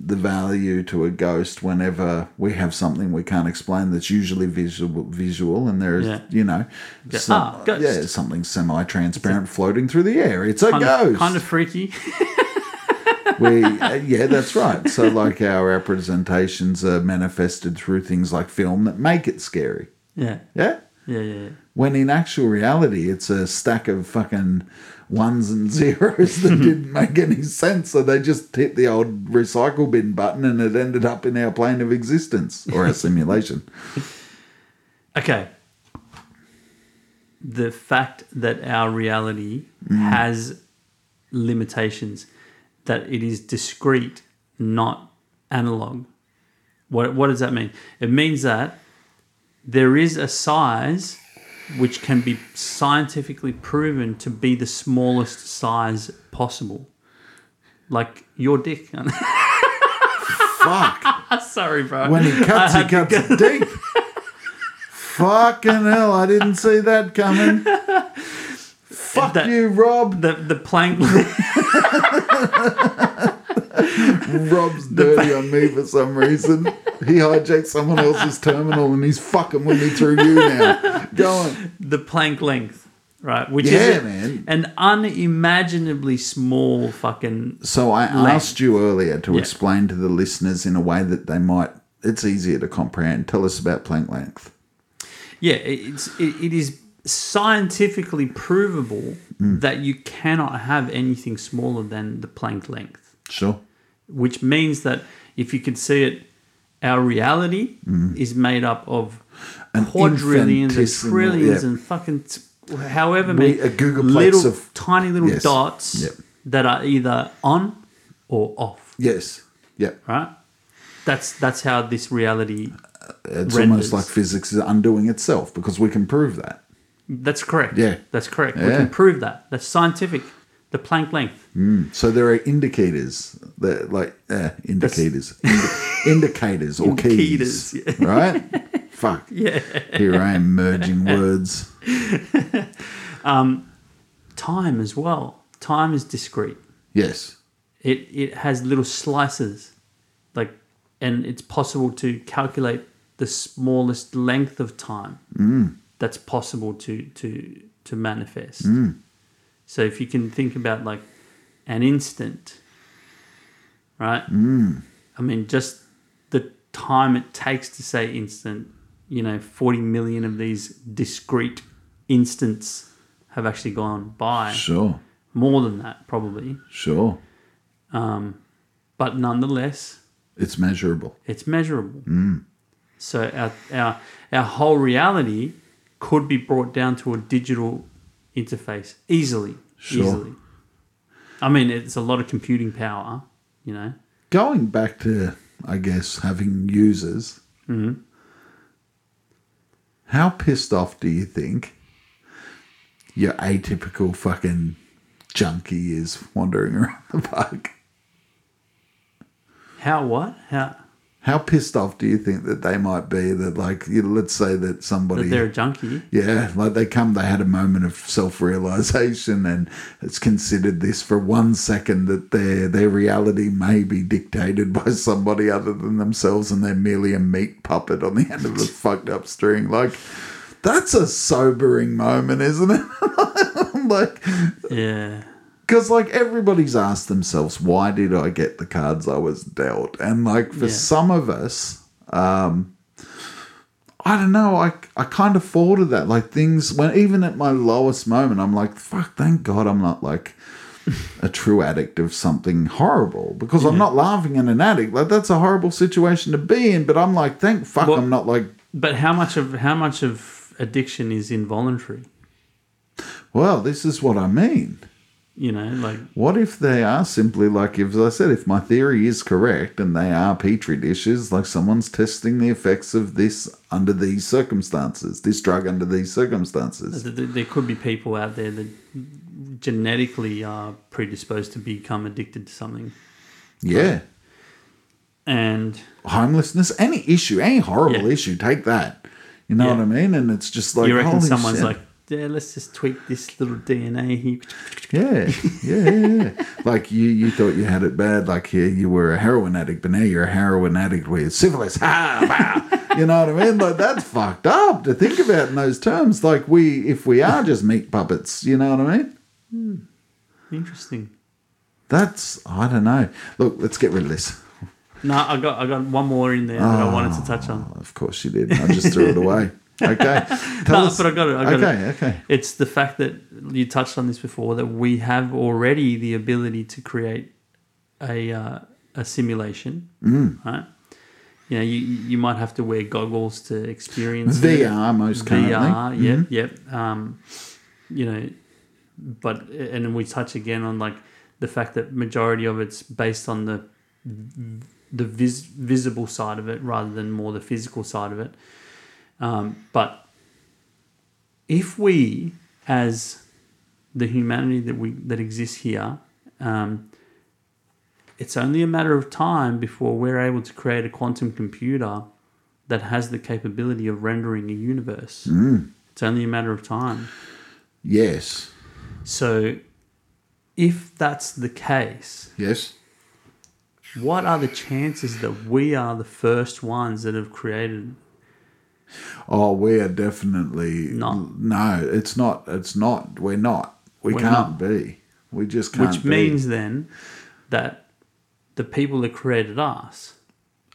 Speaker 1: the value to a ghost whenever we have something we can't explain that's usually visual visual and there's
Speaker 2: Yeah.
Speaker 1: you know
Speaker 2: Yeah.
Speaker 1: some-
Speaker 2: Ah, ghost.
Speaker 1: yeah something semi-transparent floating through the air it's a
Speaker 2: Kind
Speaker 1: ghost
Speaker 2: of, kind of freaky.
Speaker 1: we uh, yeah that's right so like our representations are manifested through things like film that make it scary
Speaker 2: yeah,
Speaker 1: yeah
Speaker 2: yeah, yeah. yeah.
Speaker 1: when in actual reality it's a stack of fucking ones and zeros that didn't make any sense so they just hit the old recycle bin button and it ended up in our plane of existence or our simulation
Speaker 2: Okay. The fact that our reality has limitations, that it is discrete, not analog. What, what does that mean? It means that there is a size which can be scientifically proven to be the smallest size possible. Like your dick.
Speaker 1: fuck
Speaker 2: Sorry, bro.
Speaker 1: when he cuts he cuts it deep fucking hell i didn't see that coming fuck
Speaker 2: That-
Speaker 1: you rob
Speaker 2: the, the plank.
Speaker 1: rob's dirty on me for some reason he hijacked someone else's terminal and he's fucking with me through you now go on
Speaker 2: the plank length, right? Which
Speaker 1: Yeah,
Speaker 2: is a-
Speaker 1: man.
Speaker 2: an unimaginably small fucking.
Speaker 1: So I asked you earlier to
Speaker 2: Yeah.
Speaker 1: explain to the listeners in a way that they might. It's easier to comprehend. Tell us about plank length.
Speaker 2: Yeah, it- it's it, it is scientifically provable
Speaker 1: Hmm.
Speaker 2: that you cannot have anything smaller than the plank length,
Speaker 1: Sure.
Speaker 2: which means that if you could see it, our reality is made up of
Speaker 1: Hmm. An
Speaker 2: quadrillions and
Speaker 1: infinitesimal-
Speaker 2: trillions
Speaker 1: yeah.
Speaker 2: and fucking t- however
Speaker 1: We-
Speaker 2: many
Speaker 1: a Google plates
Speaker 2: little
Speaker 1: of-
Speaker 2: tiny little
Speaker 1: yes.
Speaker 2: dots
Speaker 1: Yep.
Speaker 2: that are either on or off.
Speaker 1: Yes. Yeah.
Speaker 2: right? That's that's how this reality.
Speaker 1: It's
Speaker 2: Renders.
Speaker 1: almost like physics is undoing itself because we can prove that.
Speaker 2: That's correct.
Speaker 1: Yeah.
Speaker 2: that's correct. We
Speaker 1: Yeah.
Speaker 2: can prove that. That's scientific. The Planck length.
Speaker 1: So there are indicators that, like, uh, indicators, Indi- indicators or keys,
Speaker 2: Indicators, yeah.
Speaker 1: right? Fuck.
Speaker 2: Yeah.
Speaker 1: Here I am merging words.
Speaker 2: Time as well. Time is discrete.
Speaker 1: Yes.
Speaker 2: It it has little slices, like, and it's possible to calculate the smallest length of time that's possible to to to manifest. So if you can think about like an instant, right? I mean, just the time it takes to say instant, you know, 40 million of these discrete instants have actually gone by.
Speaker 1: Sure.
Speaker 2: More than that, probably.
Speaker 1: Sure.
Speaker 2: Um, But nonetheless,
Speaker 1: It's measurable.
Speaker 2: it's measurable. So our, our, our whole reality could be brought down to a digital interface easily.
Speaker 1: Sure.
Speaker 2: Easily. I mean, it's a lot of computing power, you know.
Speaker 1: going back to I guess, having users.
Speaker 2: Mm-hmm.
Speaker 1: How pissed off do you think your atypical fucking junkie is wandering around the park?
Speaker 2: How what? How
Speaker 1: How pissed off do you think that they might be that, like, you let's say that
Speaker 2: that
Speaker 1: somebody.
Speaker 2: they're a junkie?
Speaker 1: Yeah, like they come, they had a moment of self realization, and it's considered this for one second that their their reality may be dictated by somebody other than themselves, and they're merely a meat puppet on the end of a fucked up string. Like, that's a sobering moment, isn't it? like,
Speaker 2: Yeah.
Speaker 1: because like everybody's asked themselves, why did I get the cards I was dealt? And like for
Speaker 2: Yeah.
Speaker 1: some of us, um, I don't know. I I kind of fall to that. Like things when even at my lowest moment, I'm like, fuck. Thank God I'm not like a true addict of something horrible because I'm not laughing at an addict. Like that's a horrible situation to be in. But I'm like, thank fuck,
Speaker 2: Well-
Speaker 1: I'm not like.
Speaker 2: But how much of how much of addiction is involuntary?
Speaker 1: Well, this is what I mean.
Speaker 2: You know, like
Speaker 1: What if they are simply like, if as I said, if my theory is correct and they are petri dishes, like someone's testing the effects of this under these circumstances, this drug under these circumstances.
Speaker 2: th- th- there could be people out there that genetically are predisposed to become addicted to something,
Speaker 1: Yeah.
Speaker 2: and
Speaker 1: Homelessness, any issue, any horrible
Speaker 2: Yeah.
Speaker 1: issue, take that. You know
Speaker 2: Yeah.
Speaker 1: what I mean? And it's just like,
Speaker 2: you reckon
Speaker 1: holy
Speaker 2: someone's
Speaker 1: shit.
Speaker 2: like, yeah, let's just tweak this little DNA here.
Speaker 1: Yeah, yeah, yeah. yeah. like you, you thought you had it bad. Like you, you were a heroin addict, but now you're a heroin addict with syphilis. Ha! Wow. You know what I mean? Like that's fucked up to think about in those terms. Like we, if we are just meat puppets, you know what I mean?
Speaker 2: Interesting.
Speaker 1: That's I don't know. Look, let's get rid of this.
Speaker 2: No, I got I got one more in there that I wanted to touch on.
Speaker 1: Oh, of course you did. I just threw it away. Okay. Tell
Speaker 2: No,
Speaker 1: us-
Speaker 2: but I got it. I got
Speaker 1: okay,
Speaker 2: it.
Speaker 1: okay.
Speaker 2: It's the fact that you touched on this before that we have already the ability to create a uh, a simulation,
Speaker 1: Mm.
Speaker 2: right? You know, you you might have to wear goggles to experience it.
Speaker 1: VR most currently. Mm-hmm.
Speaker 2: VR, yep, yep. Um, you know, but and then we touch again on like the fact that majority of it's based on the the vis- visible side of it rather than more the physical side of it. Um, but if we, as the humanity that we that exists here, um, it's only a matter of time before we're able to create a quantum computer that has the capability of rendering a universe.
Speaker 1: Hmm.
Speaker 2: It's only a matter of time.
Speaker 1: Yes.
Speaker 2: So, if that's the case,
Speaker 1: Yes.
Speaker 2: what are the chances that we are the first ones that have created?
Speaker 1: Oh, we are definitely
Speaker 2: Not.
Speaker 1: No, it's not. It's not. We're not. We
Speaker 2: We're
Speaker 1: can't be. We just can't.
Speaker 2: which
Speaker 1: be.
Speaker 2: means then that the people that created us,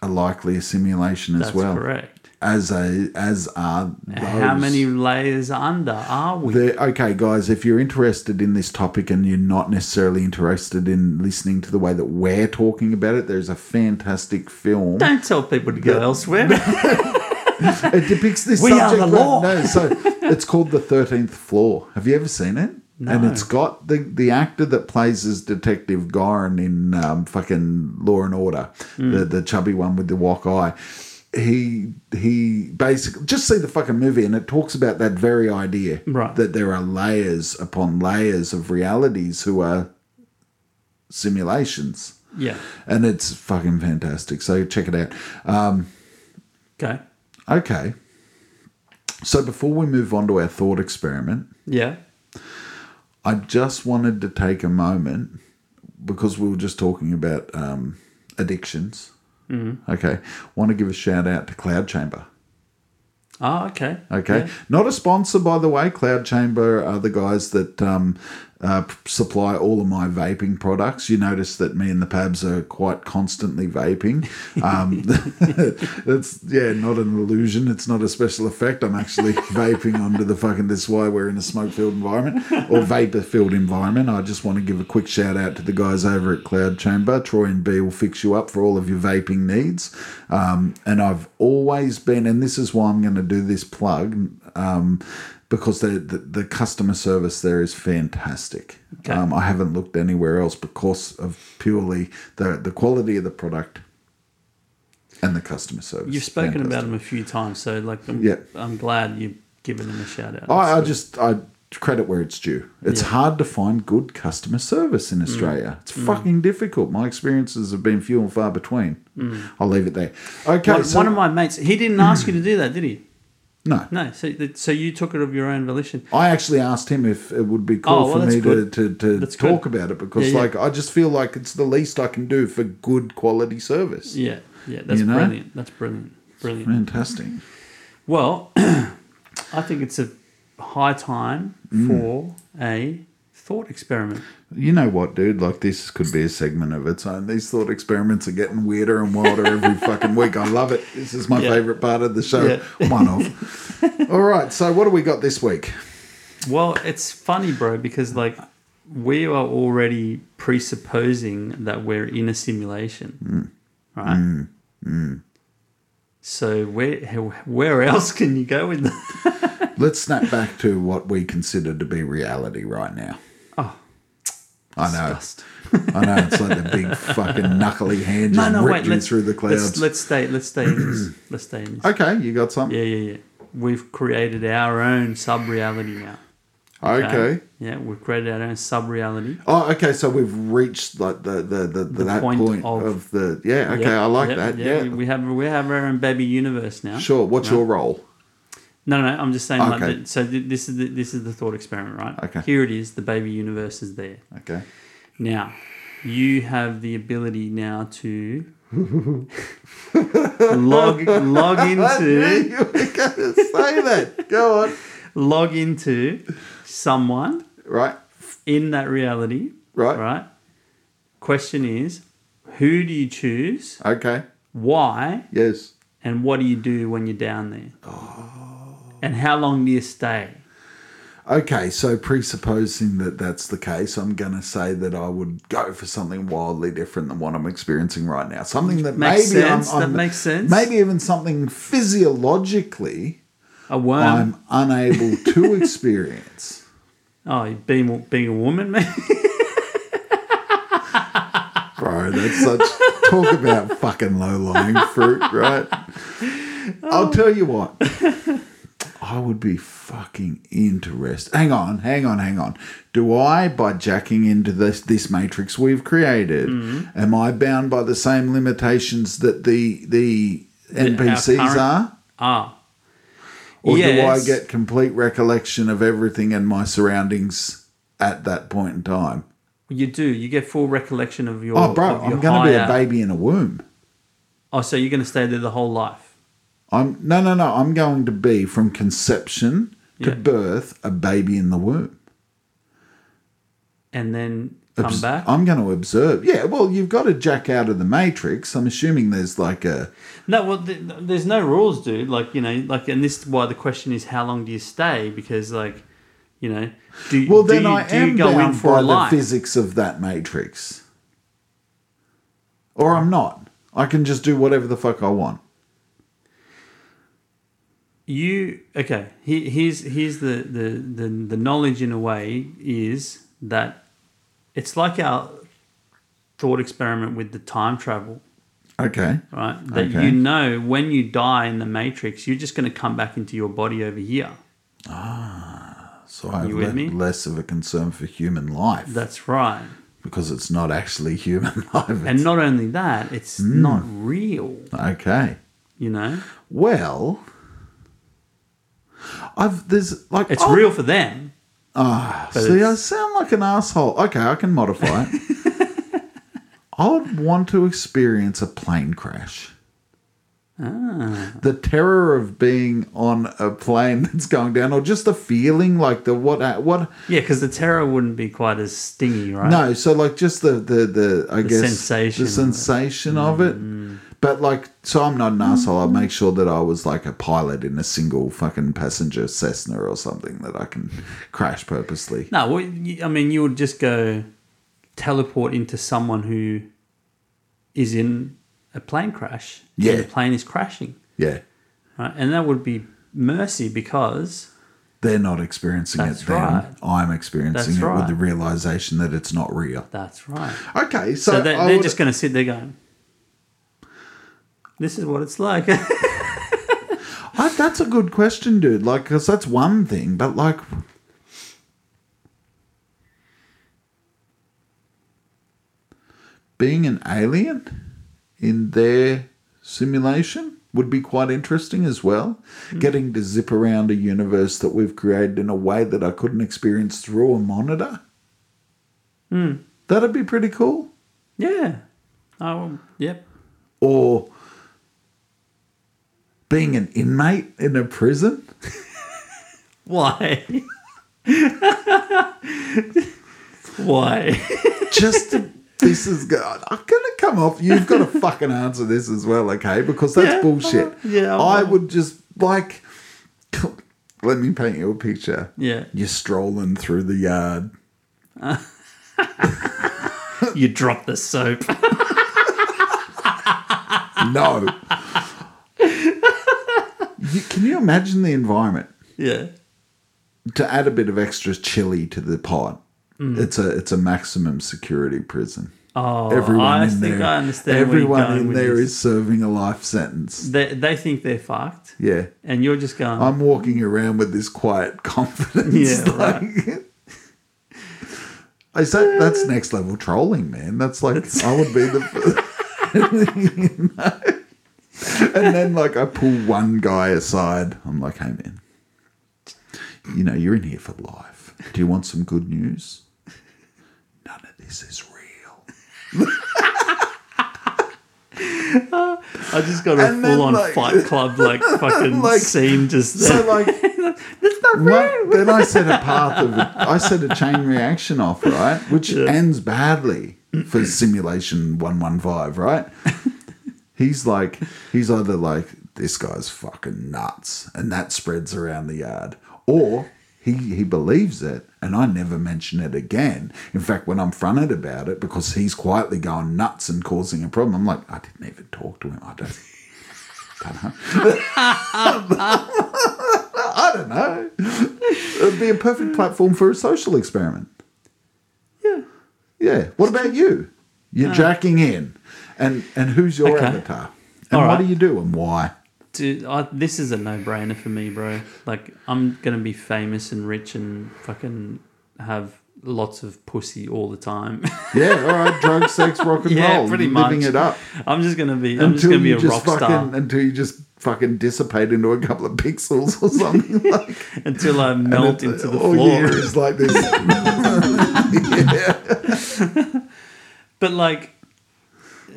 Speaker 1: a likely simulation
Speaker 2: that's
Speaker 1: as well
Speaker 2: correct.
Speaker 1: as a as are those.
Speaker 2: How many layers under are we?
Speaker 1: The, okay, guys, if you're interested in this topic and you're not necessarily interested in listening to the way that we're talking about it, there's a fantastic film.
Speaker 2: Don't tell people to go elsewhere.
Speaker 1: It depicts this
Speaker 2: We are
Speaker 1: subject.
Speaker 2: the
Speaker 1: matter.
Speaker 2: law.
Speaker 1: No, so it's called the Thirteenth Floor. Have you ever seen it? And
Speaker 2: No.
Speaker 1: it's got the the actor that plays as Detective Gorin in um, fucking Law and Order,
Speaker 2: Hmm.
Speaker 1: the the chubby one with the wok eye. He he basically just see the fucking movie and it talks about that very idea
Speaker 2: Right.
Speaker 1: that there are layers upon layers of realities who are simulations,
Speaker 2: yeah.
Speaker 1: and it's fucking fantastic. So check it out.
Speaker 2: Okay.
Speaker 1: Okay. So before we move on to our thought experiment,
Speaker 2: Yeah.
Speaker 1: I just wanted to take a moment because we were just talking about um, addictions. Mm-hmm. Okay. Want to give a shout out to Cloud Chamber.
Speaker 2: Oh, okay.
Speaker 1: Okay.
Speaker 2: Yeah.
Speaker 1: Not a sponsor, by the way. Cloud Chamber are the guys that um, uh, p- supply all of my vaping products. You notice that me and the Pabs are quite constantly vaping. Um, that's, yeah, not an illusion. It's not a special effect. I'm actually vaping onto the fucking, that's why we're in a smoke filled environment or vapor filled environment. I just want to give a quick shout out to the guys over at Cloud Chamber. Troy and B will fix you up for all of your vaping needs. Um, and I've always been, and this is why I'm going to do this plug, um, because the, the the customer service there is fantastic.
Speaker 2: Okay.
Speaker 1: Um, I haven't looked anywhere else because of purely the the quality of the product and the customer service.
Speaker 2: You've spoken
Speaker 1: Fantastic.
Speaker 2: about him a few times, so like I'm,
Speaker 1: Yeah. Oh,
Speaker 2: I'm glad you've given him a shout out.
Speaker 1: I, I just I credit where it's due. It's
Speaker 2: Yeah. Mm.
Speaker 1: hard to find good customer service in Australia. It's fucking difficult. My experiences have been few and far between. I'll leave it there. Okay,
Speaker 2: Mm. one,
Speaker 1: so,
Speaker 2: one of my mates, he didn't ask you to do that, did he?
Speaker 1: no.
Speaker 2: No, so th- so you took it of your own volition.
Speaker 1: I actually asked him if it would be cool
Speaker 2: Oh, well,
Speaker 1: for
Speaker 2: that's
Speaker 1: me to,
Speaker 2: good.
Speaker 1: to, to
Speaker 2: That's
Speaker 1: talk
Speaker 2: good.
Speaker 1: about it because,
Speaker 2: Yeah, yeah.
Speaker 1: like, I just feel like it's the least I can do for good quality service.
Speaker 2: Yeah, yeah, that's
Speaker 1: You know?
Speaker 2: brilliant. That's brilliant, brilliant.
Speaker 1: Fantastic.
Speaker 2: Well, I think it's a high time
Speaker 1: Mm.
Speaker 2: for a thought experiment.
Speaker 1: You know what, dude? Like, this could be a segment of its own. These thought experiments are getting weirder and wilder every fucking week. I love it. This is my
Speaker 2: Yeah.
Speaker 1: favorite part of the show.
Speaker 2: Yeah.
Speaker 1: One off. All right. So, what do we got this week?
Speaker 2: Well, it's funny, bro, because like we are already presupposing that we're in a
Speaker 1: Mm.
Speaker 2: simulation, right? So where where else can you go with that?
Speaker 1: Let's snap back to what we consider to be reality right now.
Speaker 2: Oh,
Speaker 1: I know.
Speaker 2: disgust.
Speaker 1: I know. It's like the big fucking knuckly hand
Speaker 2: No,
Speaker 1: just
Speaker 2: no, wait.
Speaker 1: ripping
Speaker 2: Let's,
Speaker 1: through the clouds.
Speaker 2: Let's, let's stay. Let's stay. In this. Let's stay in this.
Speaker 1: Okay. You got something?
Speaker 2: Yeah, yeah, yeah. We've created our own sub reality now.
Speaker 1: okay.
Speaker 2: Yeah, we've created our own sub reality.
Speaker 1: Oh, okay. So we've reached like the the, the, that point,
Speaker 2: point
Speaker 1: of,
Speaker 2: of-
Speaker 1: the yeah. Okay, I like that. Yeah,
Speaker 2: We, we have we have our own baby universe now.
Speaker 1: sure. What's your role?
Speaker 2: No, no, I'm just saying. Like,
Speaker 1: Okay.
Speaker 2: that- so th- this is the, this is the thought experiment, right?
Speaker 1: Okay.
Speaker 2: Here it is. The baby universe is there
Speaker 1: Okay.
Speaker 2: now. You have the ability now to log log
Speaker 1: I knew
Speaker 2: into
Speaker 1: you were gonna say that. Go on.
Speaker 2: log into someone
Speaker 1: Right.
Speaker 2: in that reality.
Speaker 1: Right.
Speaker 2: Right. Question is, who do you choose?
Speaker 1: Okay.
Speaker 2: Why?
Speaker 1: Yes.
Speaker 2: and what do you do when you're down there?
Speaker 1: Oh.
Speaker 2: And how long do you stay?
Speaker 1: Okay. So presupposing that that's the case, I'm gonna say that I would go for something wildly different than what I'm experiencing right now. Something that
Speaker 2: Makes
Speaker 1: maybe
Speaker 2: sense.
Speaker 1: I'm, I'm
Speaker 2: that makes sense.
Speaker 1: maybe even something physiologically
Speaker 2: a worm.
Speaker 1: I'm unable to experience.
Speaker 2: oh, being being a woman, maybe.
Speaker 1: Bro, that's such talk about fucking low lying fruit, right? I'll
Speaker 2: Oh.
Speaker 1: tell you what. I would be fucking interested. Hang on, hang on, hang on. Do I, by jacking into this this matrix we've created,
Speaker 2: Mm-hmm.
Speaker 1: am I bound by the same limitations that the the NPCs
Speaker 2: current-
Speaker 1: are?
Speaker 2: ah,
Speaker 1: Or
Speaker 2: Yes.
Speaker 1: do I get complete recollection of everything and my surroundings at that point in time?
Speaker 2: you do. You get full recollection of your.
Speaker 1: Oh, bro,
Speaker 2: of your
Speaker 1: I'm going to be a
Speaker 2: higher-
Speaker 1: baby in a womb.
Speaker 2: Oh, so you're going to stay there the whole life?
Speaker 1: I'm no, no, no. I'm going to be from conception to
Speaker 2: Yeah.
Speaker 1: birth a baby in the womb.
Speaker 2: And then come
Speaker 1: Obs-
Speaker 2: back.
Speaker 1: I'm going to observe. Yeah, well, you've got to jack out of the matrix. I'm assuming there's like a
Speaker 2: No, well, th- th- there's no rules, dude. Like you know, like, and this is why the question is, how long do you stay? Because like, you know, do
Speaker 1: well.
Speaker 2: do
Speaker 1: then
Speaker 2: you,
Speaker 1: I
Speaker 2: do you
Speaker 1: am
Speaker 2: go
Speaker 1: bound
Speaker 2: in for
Speaker 1: by
Speaker 2: a life?
Speaker 1: the physics of that matrix, or I'm not. I can just do whatever the fuck I want.
Speaker 2: you okay he- here's here's the, the the the knowledge in a way is that it's like our thought experiment with the time travel
Speaker 1: Okay.
Speaker 2: right that
Speaker 1: Okay.
Speaker 2: you know when you die in the matrix you're just going to come back into your body over here
Speaker 1: So I have
Speaker 2: You with
Speaker 1: le-
Speaker 2: me?
Speaker 1: less of a concern for human life
Speaker 2: that's right
Speaker 1: because it's not actually human life.
Speaker 2: and not only that it's
Speaker 1: Hmm.
Speaker 2: not real
Speaker 1: okay.
Speaker 2: you know
Speaker 1: Well, I've there's like
Speaker 2: it's
Speaker 1: oh,
Speaker 2: real for them
Speaker 1: Ah,
Speaker 2: but
Speaker 1: see, I
Speaker 2: it's-
Speaker 1: sound like an asshole. Okay, I can modify it. I would want to experience a plane crash.
Speaker 2: Ah.
Speaker 1: The terror of being on a plane that's going down, or just the feeling like the what what
Speaker 2: yeah because the terror wouldn't be quite as stingy right
Speaker 1: no, so like just the the the I guess
Speaker 2: sensation
Speaker 1: the
Speaker 2: of it. Mm.
Speaker 1: sensation of it. But like, so I'm not an asshole. I'd make sure that I was like a pilot in a single fucking passenger Cessna or something that I can crash purposely.
Speaker 2: No, well, you- I mean, you would just go teleport into someone who is in a plane crash. and
Speaker 1: Yeah.
Speaker 2: the plane is crashing,
Speaker 1: Yeah,
Speaker 2: right? And that would be mercy because
Speaker 1: they're not experiencing
Speaker 2: That's
Speaker 1: it. Then
Speaker 2: right.
Speaker 1: I'm experiencing
Speaker 2: That's
Speaker 1: it with
Speaker 2: right.
Speaker 1: the realization that it's not real.
Speaker 2: that's right.
Speaker 1: Okay, so,
Speaker 2: So, they-
Speaker 1: I
Speaker 2: they're
Speaker 1: would-
Speaker 2: just going to sit there going, This is what it's like.
Speaker 1: I, that's a good question, dude. Like, because that's one thing, but like, being an alien in their simulation would be quite interesting as well. Getting to zip around a universe that we've created in a way that I couldn't experience through a monitor. That'd be pretty cool.
Speaker 2: yeah. Oh, yep.
Speaker 1: Or being an inmate in a prison.
Speaker 2: Why? Why?
Speaker 1: just to, this is God. I'm gonna come off. You've got to fucking answer this as well, okay? Because that's
Speaker 2: Yeah,
Speaker 1: bullshit.
Speaker 2: uh, yeah,
Speaker 1: I
Speaker 2: well-
Speaker 1: would just like. Let me paint you a picture.
Speaker 2: Yeah.
Speaker 1: You're strolling through the yard.
Speaker 2: You dropped the soap.
Speaker 1: No. you, can you imagine the environment?
Speaker 2: Yeah.
Speaker 1: To add a bit of extra chili to the pot, it's a it's a maximum security prison.
Speaker 2: Mm. Oh,
Speaker 1: Everyone
Speaker 2: I
Speaker 1: in
Speaker 2: think
Speaker 1: there,
Speaker 2: I understand.
Speaker 1: everyone
Speaker 2: where you're going
Speaker 1: in
Speaker 2: with
Speaker 1: there is
Speaker 2: this.
Speaker 1: serving a life sentence.
Speaker 2: They, they think they're fucked,
Speaker 1: Yeah.
Speaker 2: and you're just going.
Speaker 1: I'm walking around with this quiet confidence.
Speaker 2: Yeah,
Speaker 1: like, I say that's next level trolling, man. That's like I would be the. and then, like, I pull one guy aside. I'm like, "Hey, man, you know you're in here for life. Do you want some good news? None of this is real."
Speaker 2: I just got a
Speaker 1: And then,
Speaker 2: full on
Speaker 1: like-
Speaker 2: Fight Club like fucking
Speaker 1: Like-
Speaker 2: scene just there.
Speaker 1: So, like, Right, then I set a path of I set a chain reaction off, right? Which ends badly for simulation one one five, right? He's like he's either like, this guy's fucking nuts and that spreads around the yard. Or he, he believes it and I never mention it again. In fact, when I'm fronted about it because he's quietly going nuts and causing a problem, I'm like, I didn't even talk to him. I don't I don't know. It'd be a perfect platform for a social experiment.
Speaker 2: yeah. Uh.
Speaker 1: Yeah. What about you? You're jacking in, and and who's your
Speaker 2: Okay.
Speaker 1: avatar? And
Speaker 2: All
Speaker 1: what
Speaker 2: right.
Speaker 1: do you do and why?
Speaker 2: Dude, I, this is a no brainer for me, bro. Like, I'm going to be famous and rich and fucking have lots of pussy all the time.
Speaker 1: Yeah. All right. Drug, sex, rock and
Speaker 2: Yeah,
Speaker 1: roll.
Speaker 2: pretty
Speaker 1: living
Speaker 2: much.
Speaker 1: it up
Speaker 2: I'm just going to be, I'm just going to be a rock
Speaker 1: fucking
Speaker 2: star
Speaker 1: until you just fucking dissipate into a couple of pixels or something like.
Speaker 2: until I melt
Speaker 1: and
Speaker 2: into the
Speaker 1: all
Speaker 2: floor.
Speaker 1: year is like this.
Speaker 2: But, like,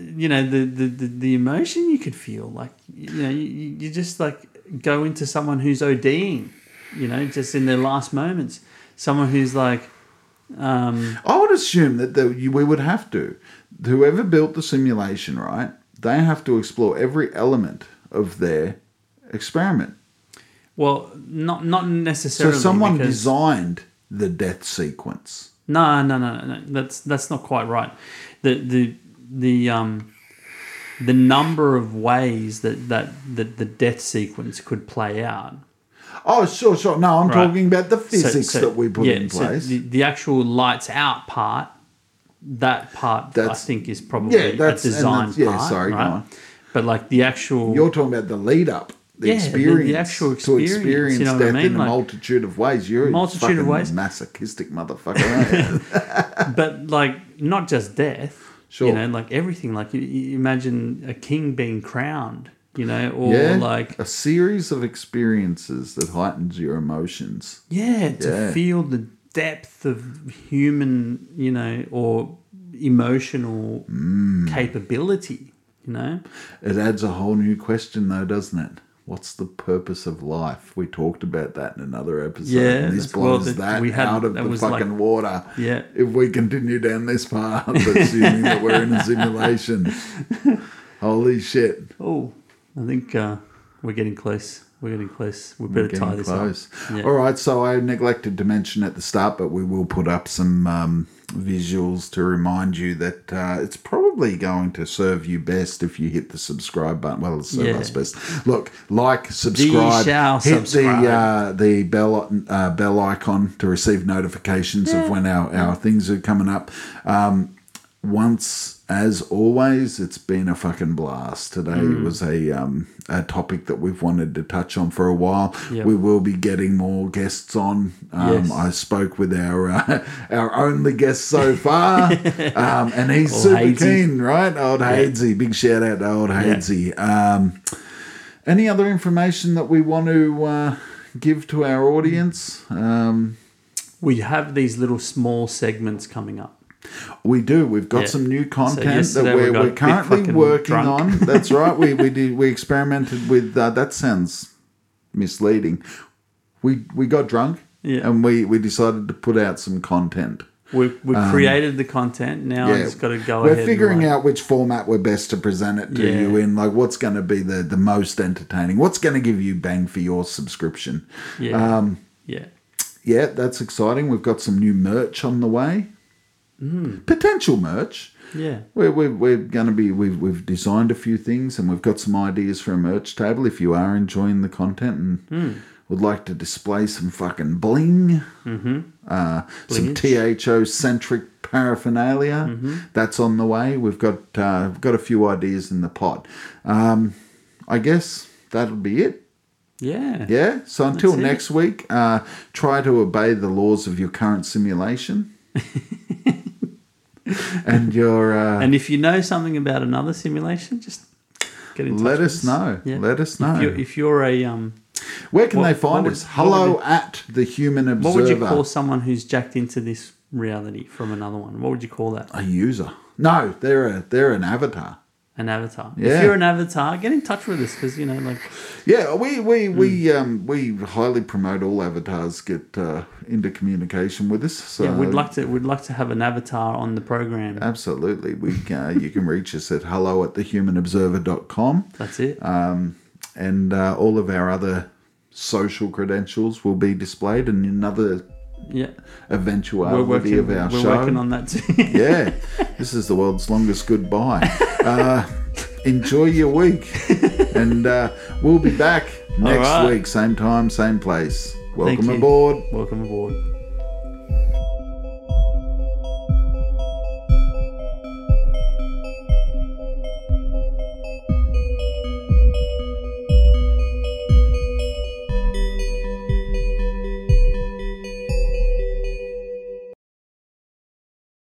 Speaker 2: you know, the, the, the, the emotion you could feel, like, you know, you, you you just like go into someone who's ODing, you know, just in their last moments. Someone who's like, um,
Speaker 1: I would assume that the, you, we would have to. Whoever built the simulation, right? They have to explore every element of their experiment.
Speaker 2: Well, not not
Speaker 1: So
Speaker 2: necessarily.
Speaker 1: someone
Speaker 2: because-
Speaker 1: designed the death sequence.
Speaker 2: No, no, no, no. That's that's not quite right. The the the um the number of ways that that that the death sequence could play out.
Speaker 1: Oh, sure, sure. No, I'm
Speaker 2: Right.
Speaker 1: talking about the
Speaker 2: So-
Speaker 1: physics
Speaker 2: so-
Speaker 1: that we put
Speaker 2: yeah,
Speaker 1: in
Speaker 2: so
Speaker 1: place.
Speaker 2: the, the actual lights out part, that part I
Speaker 1: That's-
Speaker 2: think is probably
Speaker 1: that's-
Speaker 2: a
Speaker 1: and
Speaker 2: design
Speaker 1: that's- yeah,
Speaker 2: part.
Speaker 1: sorry, go
Speaker 2: right?
Speaker 1: on.
Speaker 2: But like the actual
Speaker 1: You're talking about the lead up, the
Speaker 2: Yeah, the- the
Speaker 1: experience,
Speaker 2: actual
Speaker 1: to
Speaker 2: experience, you
Speaker 1: experience
Speaker 2: know what I
Speaker 1: death
Speaker 2: mean?
Speaker 1: in
Speaker 2: Like-
Speaker 1: a multitude of ways. You're
Speaker 2: Multitude
Speaker 1: a
Speaker 2: of
Speaker 1: fucking
Speaker 2: ways.
Speaker 1: masochistic motherfucker. aren't you?
Speaker 2: but like not just death
Speaker 1: Sure.
Speaker 2: you know like everything like you, you imagine a king being crowned you know or
Speaker 1: yeah,
Speaker 2: like
Speaker 1: a series of experiences that heightens your emotions.
Speaker 2: yeah to
Speaker 1: Yeah.
Speaker 2: feel the depth of human you know or emotional
Speaker 1: Mm.
Speaker 2: capability you know
Speaker 1: It adds a whole new question, though, doesn't it? What's the purpose of life? We talked about that in another episode.
Speaker 2: Yeah,
Speaker 1: and this
Speaker 2: that's- well,
Speaker 1: blows
Speaker 2: that-
Speaker 1: that
Speaker 2: we had-
Speaker 1: out of
Speaker 2: that
Speaker 1: the
Speaker 2: was like-
Speaker 1: fucking water.
Speaker 2: Yeah.
Speaker 1: If we continue down this path, assuming that we're in a simulation. Holy shit.
Speaker 2: oh i think uh, we're getting close we're getting close we better
Speaker 1: Getting
Speaker 2: tie this
Speaker 1: close.
Speaker 2: up Yeah.
Speaker 1: All right, so I neglected to mention at the start, but we will put up some um, visuals to remind you that uh, it's probably going to serve you best if you hit the subscribe button. Well, it'll serve
Speaker 2: Yeah.
Speaker 1: us best. Look, like, subscribe,
Speaker 2: shall
Speaker 1: hit
Speaker 2: subscribe.
Speaker 1: the uh, the bell uh, bell icon to receive notifications of when our, our things are coming up. Um, once as always, it's been a fucking blast. Today was a um, a topic that we've wanted to touch on for a while.
Speaker 2: Yep.
Speaker 1: We will be getting more guests on. Um,
Speaker 2: Yes.
Speaker 1: I spoke with our uh, our only guest so far, um, and he's
Speaker 2: Old
Speaker 1: super
Speaker 2: Hadesy.
Speaker 1: keen, right? Old Hadesy, big shout out to Old Hadesy. Um, any other information that we want to uh, give to our audience? Um,
Speaker 2: We have these little small segments coming up.
Speaker 1: We do. We've got
Speaker 2: Yeah.
Speaker 1: some new content
Speaker 2: yesterday
Speaker 1: that
Speaker 2: we
Speaker 1: we're,
Speaker 2: got a
Speaker 1: we're
Speaker 2: bit
Speaker 1: currently
Speaker 2: fucking
Speaker 1: working
Speaker 2: drunk.
Speaker 1: on. That's right. We we did we experimented with uh, that sounds misleading. We we got drunk
Speaker 2: Yeah.
Speaker 1: and we we decided to put out some content.
Speaker 2: We've, we've created the content. Now it's got to go
Speaker 1: Um, We're
Speaker 2: ahead. and,
Speaker 1: figuring
Speaker 2: like-
Speaker 1: out which format we're best to present it to
Speaker 2: Yeah.
Speaker 1: you in. Like, what's going to be the the most entertaining? What's going to give you bang for your subscription?
Speaker 2: Yeah.
Speaker 1: um,
Speaker 2: yeah.
Speaker 1: Yeah, that's exciting. We've got some new merch on the way.
Speaker 2: Hmm.
Speaker 1: Potential merch.
Speaker 2: Yeah.
Speaker 1: We're, we're, we're going to be, we've, we've designed a few things and we've got some ideas for a merch table. If you are enjoying the content and
Speaker 2: Hmm.
Speaker 1: would like to display some fucking bling,
Speaker 2: Mm-hmm.
Speaker 1: uh, some THO centric paraphernalia,
Speaker 2: Mm-hmm.
Speaker 1: that's on the way. We've got, uh, we've got a few ideas in the pot. Um, I guess that'll be it.
Speaker 2: Yeah.
Speaker 1: Yeah. So until
Speaker 2: That's it.
Speaker 1: next week, uh, try to obey the laws of your current simulation. and your uh,
Speaker 2: And if you know something about another simulation, just get in touch
Speaker 1: Let
Speaker 2: with
Speaker 1: us know.
Speaker 2: Yeah.
Speaker 1: Let us know.
Speaker 2: If you're, if you're a um,
Speaker 1: Where can
Speaker 2: what-
Speaker 1: they find
Speaker 2: what
Speaker 1: us?
Speaker 2: would- what would
Speaker 1: Hello
Speaker 2: you-
Speaker 1: at the Human Observer.
Speaker 2: what would you call someone who's jacked into this reality from another one? What would you call that?
Speaker 1: a user? No, they're a they're an avatar.
Speaker 2: An avatar.
Speaker 1: Yeah.
Speaker 2: If you're an avatar, get in touch with us because you know, like,
Speaker 1: Yeah, we we
Speaker 2: Hmm.
Speaker 1: we um we highly promote all avatars get uh, into communication with us. So
Speaker 2: yeah, we'd like to we'd like to have an avatar on the program.
Speaker 1: absolutely. We uh, you can reach us at hello at thehumanobserver.com.
Speaker 2: That's it.
Speaker 1: Um, and uh, all of our other social credentials will be displayed in another
Speaker 2: yeah,
Speaker 1: eventuality
Speaker 2: we're working.
Speaker 1: uh, of
Speaker 2: We're
Speaker 1: our show.
Speaker 2: working on that too.
Speaker 1: yeah, this is the world's longest goodbye. Uh, enjoy your week, and uh, we'll be back next
Speaker 2: right.
Speaker 1: week, same time, same place. Welcome
Speaker 2: you.
Speaker 1: aboard.
Speaker 2: Welcome aboard.